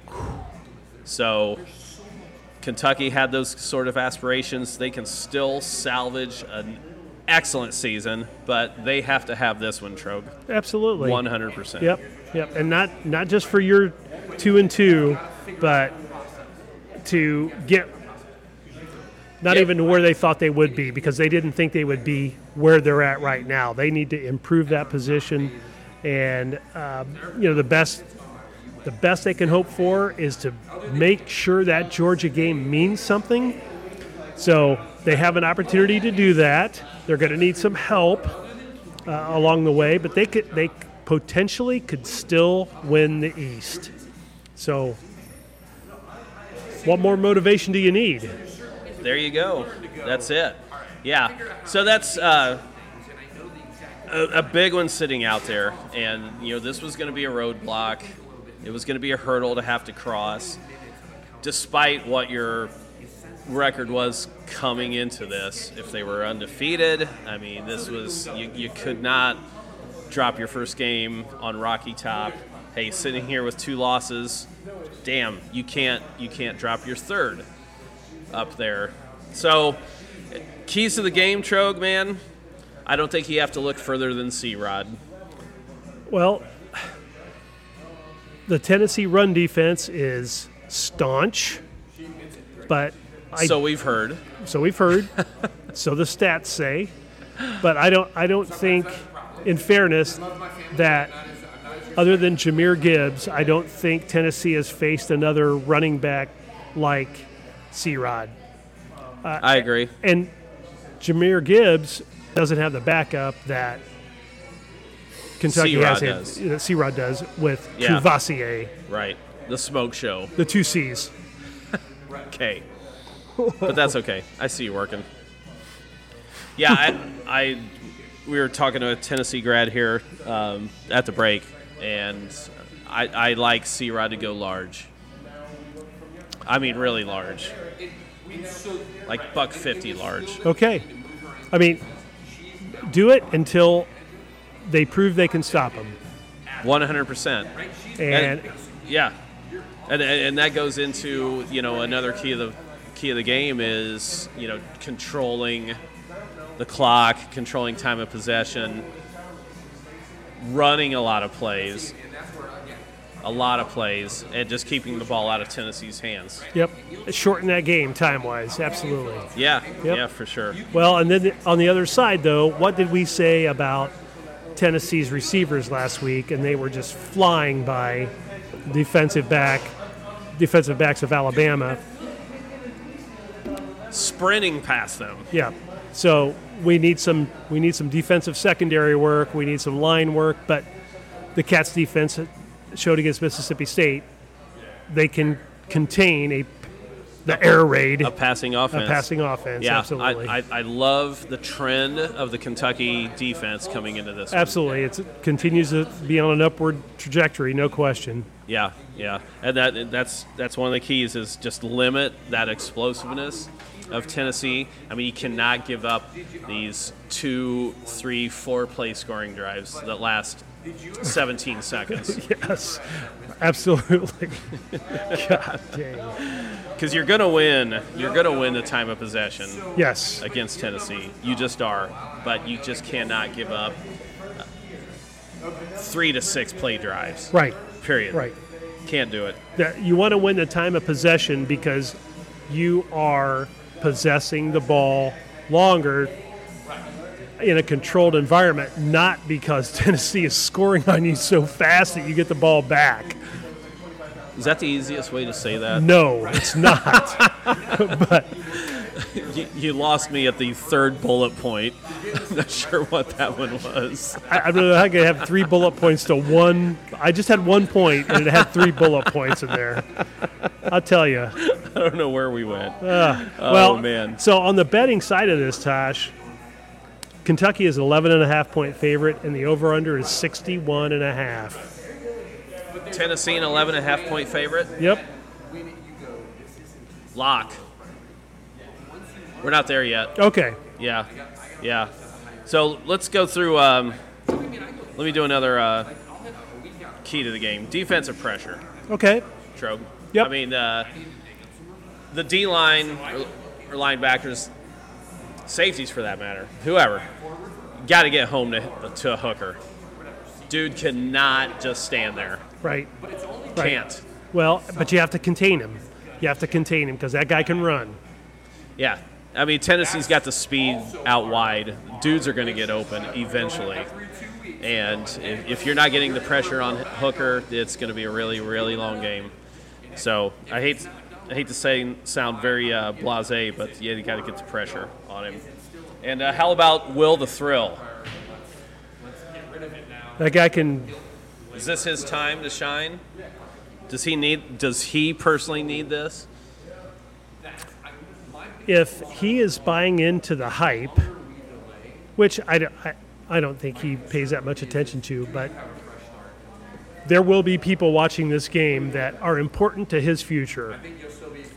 S1: So Kentucky had those sort of aspirations. They can still salvage an excellent season, but they have to have this one, Trogue.
S2: Absolutely.
S1: 100%.
S2: Yep. Yep. And not not just for your two and two, but to get not
S1: Yep.
S2: even to where they thought they would be because they didn't think they would be where they're at right now. They need to improve that position, and um, you know the best the best they can hope for is to make sure that Georgia game means something. So they have an opportunity to do that. They're going to need some help uh, along the way, but they could they potentially could still win the East. So, what more motivation do you need?
S1: There you go. That's it. Yeah. So that's uh, a, a big one sitting out there, and you know this was going to be a roadblock. It was going to be a hurdle to have to cross, despite what your record was coming into this. If they were undefeated, I mean, this was you, you could not drop your first game on Rocky Top. Hey, sitting here with two losses, damn, you can't you can't drop your third up there. So, keys to the game, Trogue, man. I don't think you have to look further than C Rod.
S2: Well, the Tennessee run defense is staunch, but I-
S1: so we've heard.
S2: so we've heard. so the stats say, but I don't. I don't think, in fairness, that other than Jameer Gibbs, I don't think Tennessee has faced another running back like C. Rod.
S1: I agree.
S2: And Jameer Gibbs doesn't have the backup that Kentucky
S1: C-Rod
S2: has.
S1: does.
S2: That C. Rod does with
S1: Yeah.
S2: Cuvassier,
S1: Right. The smoke show.
S2: the two C's.
S1: Okay. But that's okay. I see you working. Yeah, I, I we were talking to a Tennessee grad here um, at the break, and I, I like C Rod to go large. I mean, really large. Like buck 50 large.
S2: Okay. I mean, do it until they prove they can stop him.
S1: 100%.
S2: And
S1: Yeah, and, and and that goes into you know another key of the key of the game is you know controlling the clock, controlling time of possession, running a lot of plays, a lot of plays, and just keeping the ball out of Tennessee's hands.
S2: yep, shorten that game time wise. Absolutely.
S1: Yeah,
S2: Yep.
S1: yeah, for sure.
S2: Well, and then the- on the other side, though, what did we say about Tennessee's receivers last week? And they were just flying by defensive back, defensive backs of Alabama.
S1: Sprinting past them.
S2: Yeah. So we need some we need some defensive secondary work. We need some line work. But the Cats defense showed against Mississippi State they can contain a the air raid,
S1: A
S2: a,
S1: passing offense.
S2: passing offense.
S1: yeah,
S2: absolutely.
S1: I, I, I love the trend of the Kentucky defense coming into this. one.
S2: Absolutely, it's, it continues to be on an upward trajectory, no question.
S1: Yeah, yeah, and that that's that's one of the keys is just limit that explosiveness of Tennessee. I mean, you cannot give up these two, three, four play scoring drives that last 17 seconds
S2: Yes, absolutely. [laughs] God dang.
S1: because you're gonna win. You're gonna win the time of possession
S2: Yes,
S1: against Tennessee. You just are, but you just cannot give up uh, three to six play drives.
S2: right,
S1: Period.
S2: right.
S1: Can't do it.
S2: that you want to win the time of possession because you are possessing the ball longer in a controlled environment, not because [laughs] Tennessee is scoring on you so fast that you get the ball back.
S1: Is that the easiest way to say that?
S2: No, it's not.
S1: You, you lost me at the third bullet point. [laughs] I'm not sure what that one was. [laughs]
S2: I, I don't know how I could have three bullet points to one. I just had one point and it had three bullet points in there. I'll tell you.
S1: I don't know where we went.
S2: well,
S1: Oh, man.
S2: So on the betting side of this, Tosh, Kentucky is an 11 and a half point favorite, and the over under is 61 and a half.
S1: Tennessee, an 11 and a half point favorite.
S2: Yep.
S1: Lock. We're not there yet.
S2: Okay.
S1: Yeah. Yeah. So let's go through. Um, let me do another uh, key to the game defensive pressure.
S2: Okay.
S1: Trobe.
S2: Yep.
S1: I mean, uh, the D line or, or linebackers, safeties for that matter, whoever, got to get home to, to a hooker. Dude cannot just stand there.
S2: Right.
S1: Can't.
S2: Well, but you have to contain him. You have to contain him because that guy can run.
S1: Yeah. I mean, Tennessee's got the speed out wide. Dudes are going to get open eventually. And if, if you're not getting the pressure on Hooker, it's going to be a really, really long game. So I hate, I hate to say sound very uh, blasé, but yeah, you got to get the pressure on him. And uh, how about Will the Thrill?
S2: That guy can.
S1: Is this his time to shine? Does he need? Does he personally need this?
S2: If he is buying into the hype, which I don't, I, I don't think he pays that much attention to, but there will be people watching this game that are important to his future. [laughs]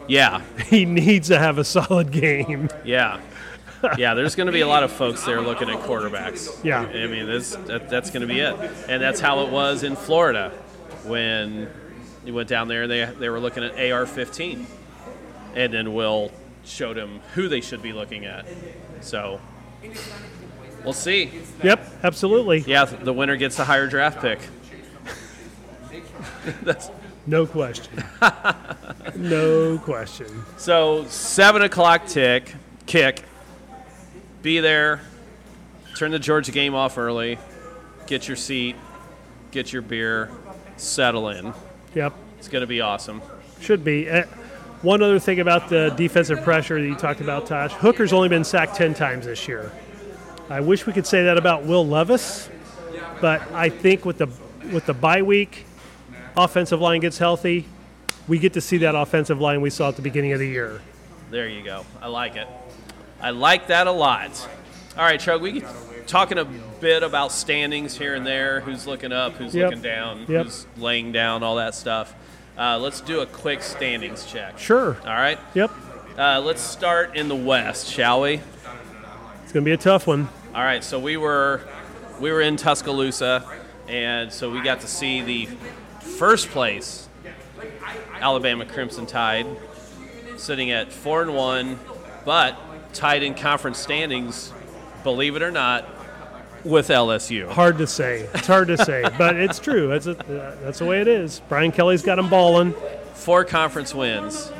S1: Yeah,
S2: he needs to have a solid game.
S1: Yeah. Yeah, there's going to be a lot of folks there looking at quarterbacks.
S2: Yeah.
S1: I mean, this, that, that's going to be it. And that's how it was in Florida when you went down there and they, they were looking at AR 15. And then Will showed him who they should be looking at. So we'll see.
S2: Yep, absolutely.
S1: Yeah, the winner gets the higher draft pick. [laughs] that's,
S2: No question. [laughs] no question.
S1: So seven o'clock tick kick. Be there. Turn the Georgia game off early. Get your seat. Get your beer. Settle in.
S2: Yep,
S1: It's gonna be awesome.
S2: should be. Uh, one other thing about the defensive pressure that you talked about, Tosh. Hooker's only been sacked ten times this year. I wish we could say that about Will Levis, but I think with the with the bye week, offensive line gets healthy. We get to see that offensive line we saw at the beginning of the year.
S1: There you go. I like it. I like that a lot. All right, Chug, we talking a bit about standings here and there, who's looking up, who's
S2: Yep.
S1: looking down,
S2: Yep.
S1: who's laying down, all that stuff. Uh, let's do a quick standings check.
S2: Sure.
S1: All right.
S2: Yep.
S1: Uh, let's start in the West, shall we?
S2: It's going to be a tough one.
S1: All right, so we were we were in Tuscaloosa, and so we got to see the first place Alabama Crimson Tide sitting at four and one, but tied in conference standings, believe it or not, with LSU.
S2: Hard to say. It's hard to say, but it's true. That's a, that's the way it is. Brian Kelly's got him balling.
S1: Four conference wins.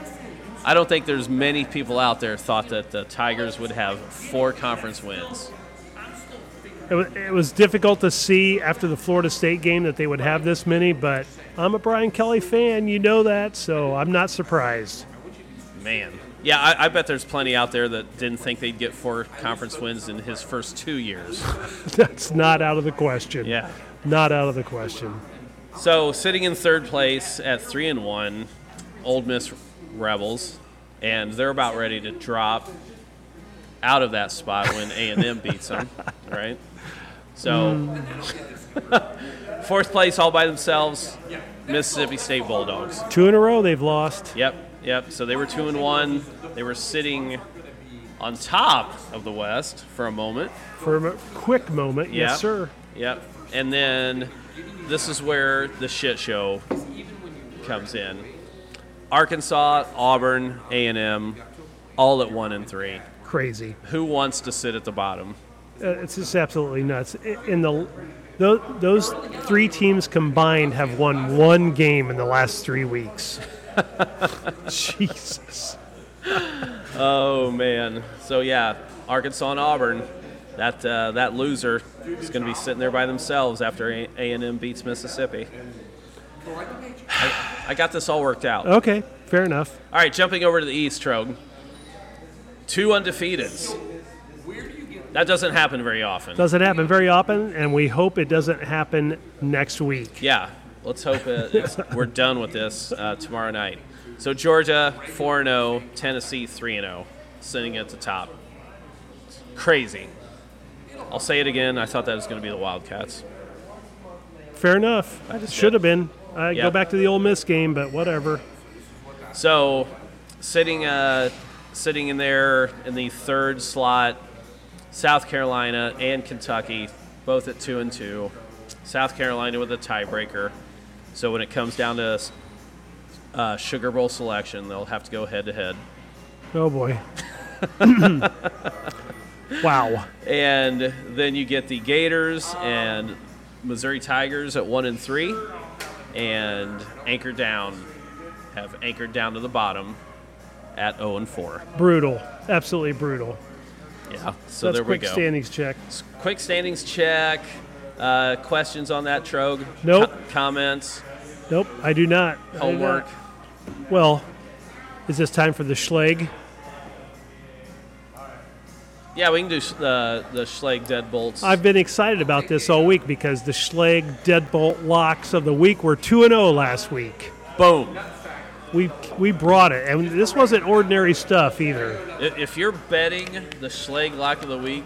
S1: I don't think there's many people out there thought that the Tigers would have four conference wins.
S2: It was, it was difficult to see after the Florida State game that they would have this many, but I'm a Brian Kelly fan. You know that, so I'm not surprised. [laughs]
S1: Man. Yeah, I, I bet there's plenty out there that didn't think they'd get four conference wins in his first two years.
S2: That's not out of the question.
S1: Yeah.
S2: Not out of the question.
S1: So sitting in third place at three and one, Old Miss Rebels, and they're about ready to drop out of that spot when A and [laughs] M beats them, right? So [laughs] fourth place all by themselves, Mississippi State Bulldogs.
S2: Two in a row they've lost.
S1: Yep, yep. So they were two and one. They were sitting on top of the West for a moment.
S2: For a mo- quick moment,
S1: Yeah.
S2: yes, sir.
S1: Yep. And then this is where the shit show comes in. Arkansas, Auburn, A and M, all at one and three.
S2: Crazy.
S1: Who wants to sit at the bottom?
S2: Uh, it's just absolutely nuts. I- In the those, those three teams combined have won one game in the last three weeks. [laughs] Jesus,
S1: Oh man. So yeah, Arkansas and Auburn. That uh, that loser is going to be sitting there by themselves after A and M beats Mississippi. I, I got this all worked out. All
S2: Okay, fair enough.
S1: right, jumping over to the East, Trogue. Two undefeateds. That doesn't happen very often.
S2: Doesn't happen very often, and we hope it doesn't happen next week.
S1: Yeah, let's hope it, it's, we're done with this uh, tomorrow night. So Georgia 4 0, Tennessee 3 0, sitting at the top. Crazy. I'll say it again. I thought that was going to be the Wildcats.
S2: Fair enough.
S1: I just
S2: Should
S1: did.
S2: have been. I
S1: Yeah.
S2: go back to the Ole Miss game, but whatever.
S1: So sitting uh, sitting in there in the third slot, South Carolina and Kentucky, both at two and two. South Carolina with a tiebreaker. So when it comes down to uh, Sugar Bowl selection, they'll have to go head to head. [laughs]
S2: Oh boy. wow.
S1: And then you get the Gators and Missouri Tigers at one and three, and anchor down, have anchored down to the bottom at zero and four.
S2: Brutal. Absolutely brutal.
S1: Yeah, so
S2: That's
S1: there we
S2: quick
S1: go.
S2: standings check.
S1: S- Quick standings check. Uh, questions on that, Trogue?
S2: Nope.
S1: Co- comments?
S2: Nope, I do not. I do not.
S1: Homework?
S2: Well, is this time for the Schleg?
S1: Yeah, we can do sh- the the Schleg deadbolts.
S2: I've been excited about this all week because the Schleg deadbolt locks of the week were 2 and 0 last week.
S1: Boom.
S2: We we brought it and this wasn't ordinary stuff either.
S1: I- If you're betting the Schleg lock of the week,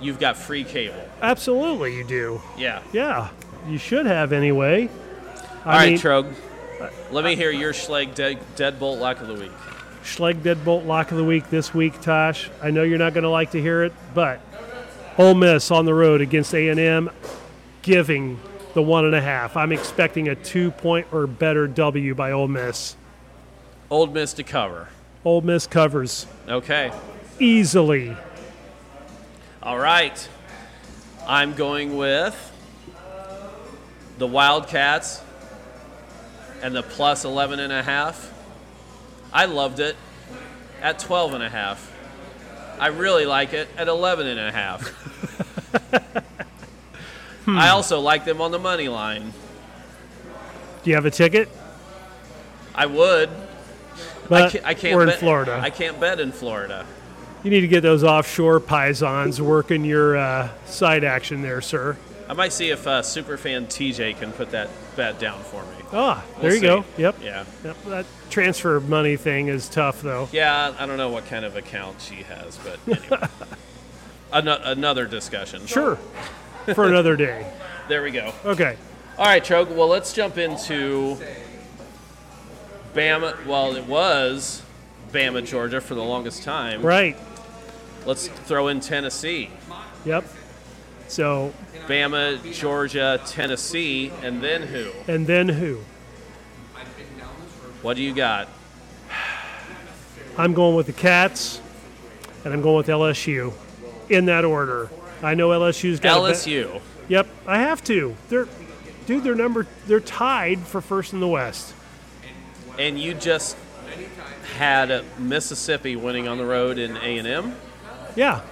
S1: you've got free cable.
S2: Absolutely you do.
S1: Yeah.
S2: Yeah, you should have anyway. I
S1: All right,
S2: mean, uh,
S1: Trogue. Let me hear your Schleg dead, deadbolt lock of the week.
S2: Schleg deadbolt lock of the week this week, Tosh. I know you're not going to like to hear it, but Ole Miss on the road against A&M, giving the one and a half. I'm expecting a two-point or better W by Ole Miss.
S1: Old Miss to cover.
S2: Ole Miss covers
S1: Okay.
S2: easily.
S1: All right. I'm going with the Wildcats and the plus 11 and a half I loved it at 12 and a half. I really like it at 11 and a half.
S2: [laughs] Hmm.
S1: I also like them on the money line.
S2: Do you have a ticket?
S1: I would.
S2: But
S1: I, ca- I can't
S2: we're in
S1: bet,
S2: Florida.
S1: I can't bet in Florida.
S2: you need to get those offshore paisans working your uh, side action there, sir.
S1: I might see if uh, Superfan TJ can put that bet down for me.
S2: Ah, there
S1: We'll
S2: you go.
S1: see.
S2: Yep.
S1: Yeah.
S2: yep. That transfer money thing is tough, though.
S1: Yeah, I don't know what kind of account she has, but
S2: [laughs]
S1: anyway. Ano- another discussion.
S2: Sure. For another day.
S1: There we go.
S2: Okay.
S1: All right, Trog. Well, let's jump into Bama. Well, it was Bama, Georgia for the longest time.
S2: Right.
S1: Let's throw in Tennessee.
S2: Yep. So,
S1: Bama, Georgia, Tennessee, and then who?
S2: and then who?
S1: What do you got?
S2: I'm going with the Cats, and I'm going with LSU in that order. I know LSU's got a bet-
S1: LSU.
S2: Yep, I have to. They're, dude, they're number. They're tied for first in the West.
S1: And you just had Mississippi winning on the road in A&M,
S2: Yeah.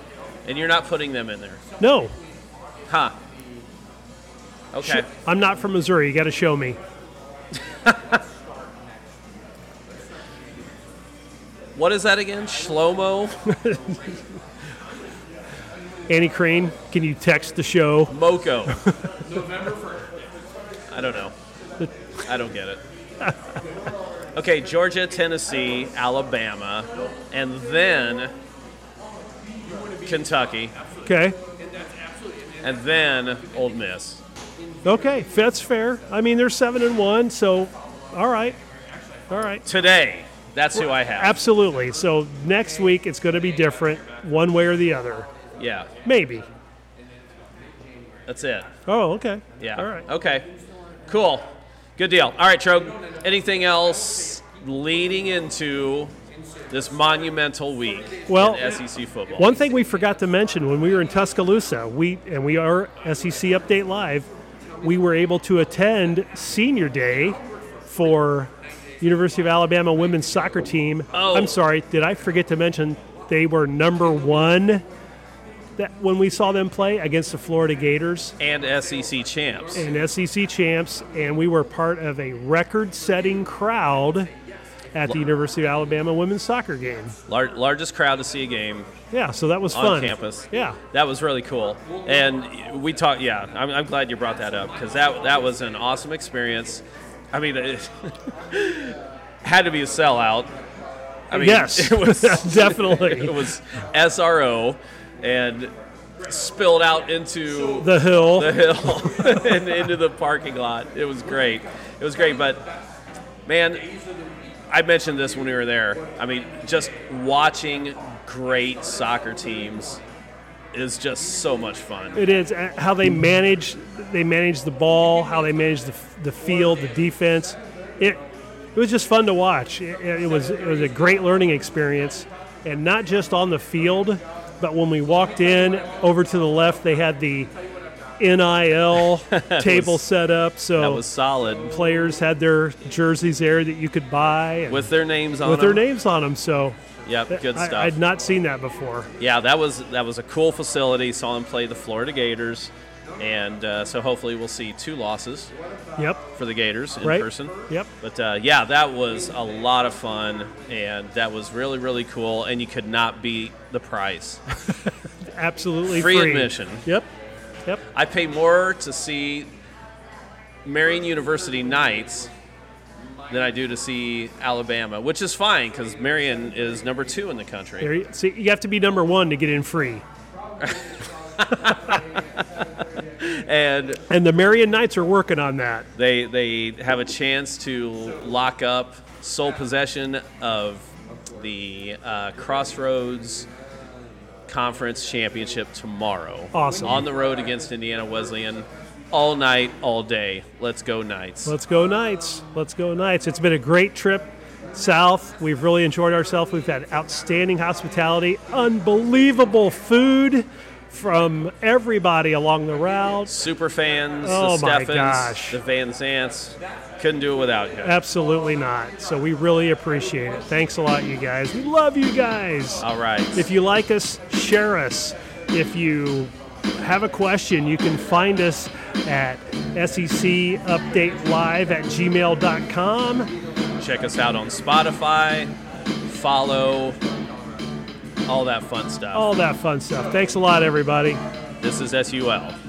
S1: and you're not putting them in there.
S2: No.
S1: Huh. Okay.
S2: I'm not from Missouri. You got to show me.
S1: What is that again? Shlomo
S2: Annie Crane, can you text the show?
S1: Moco. November 1st. I don't know. I don't get it. Okay, Georgia, Tennessee, Alabama, and then Kentucky,
S2: Okay.
S1: and then Old Miss.
S2: Okay, that's fair. I mean, they're seven and one, so all right, all right.
S1: Today, that's who I have.
S2: Absolutely. So next week it's going to be different, one way or the other.
S1: Yeah,
S2: Maybe.
S1: that's it.
S2: Oh, okay.
S1: Yeah.
S2: All right.
S1: Okay. Cool. Good deal. All right, Trog. Anything else leading into this monumental week
S2: Well,
S1: in SEC football?
S2: One thing we forgot to mention when we were in Tuscaloosa, we and we are SEC Update Live, we were able to attend Senior Day for University of Alabama women's soccer team.
S1: Oh.
S2: I'm sorry, did I forget to mention they were number one that when we saw them play against the Florida Gators
S1: and SEC champs.
S2: and SEC champs, and we were part of a record-setting crowd at the University of Alabama women's soccer game.
S1: Lar- largest crowd to see a game
S2: Yeah, so that was
S1: on
S2: fun.
S1: campus.
S2: Yeah.
S1: That was really cool. And we talked, yeah, I'm, I'm glad you brought that up because that, that was an awesome experience. I mean, [laughs] it had to be a sellout. I mean,
S2: Yes,
S1: [laughs] it
S2: [laughs]
S1: was
S2: definitely.
S1: It was SRO and spilled out into
S2: The hill.
S1: the hill [laughs] and into the parking lot. It was great. It was great, but man, I mentioned this when we were there. I mean, just watching great soccer teams is just so much fun.
S2: It is uh, how they manage they manage the ball, how they manage the, the field, the defense. It it was just fun to watch. It, it was it was a great learning experience, and not just on the field, but when we walked in over to the left, they had the
S1: [laughs]
S2: nil table
S1: was-
S2: set up,
S1: That
S2: so
S1: was solid
S2: players had their jerseys there that you could buy and
S1: with their names on
S2: with their
S1: them.
S2: names on them. So
S1: Yep, good
S2: I,
S1: stuff.
S2: I'd not seen that before.
S1: yeah, that was that was a cool facility. Saw them play the Florida Gators, and uh, so hopefully we'll see two losses
S2: Yep,
S1: for the Gators in
S2: right.
S1: person.
S2: Yep.
S1: But uh, yeah, that was a lot of fun, and that was really really cool. And you could not beat the
S2: [laughs]
S1: price.
S2: Absolutely
S1: Free admission.
S2: Yep. Yep.
S1: I pay more to see Marion University Knights than I do to see Alabama, which is fine because Marion is number two in the
S2: There
S1: country.
S2: you, see, you have to be number one to get in free.
S1: And
S2: And the Marion Knights are working on that.
S1: they they have a chance to lock up sole possession of the uh, Crossroads Conference Championship tomorrow.
S2: Awesome.
S1: On the road against Indiana Wesleyan, all night, all day. Let's go Knights.
S2: Let's go Knights. Let's go Knights. It's been a great trip south. We've really enjoyed ourselves. We've had outstanding hospitality, unbelievable food. from everybody along the route.
S1: Super fans,
S2: Oh
S1: the
S2: my
S1: Steffens,
S2: gosh.
S1: the Van Zants. Couldn't do it without you.
S2: Absolutely not. So we really appreciate it. Thanks a lot, you guys. We love you guys.
S1: All right.
S2: If you like us, share us. If you have a question, you can find us at SEC Update Live at gmail.com.
S1: Check us out on Spotify. Follow. All that fun stuff.
S2: Oh. All that fun stuff. Thanks a lot, everybody.
S1: This is SUL.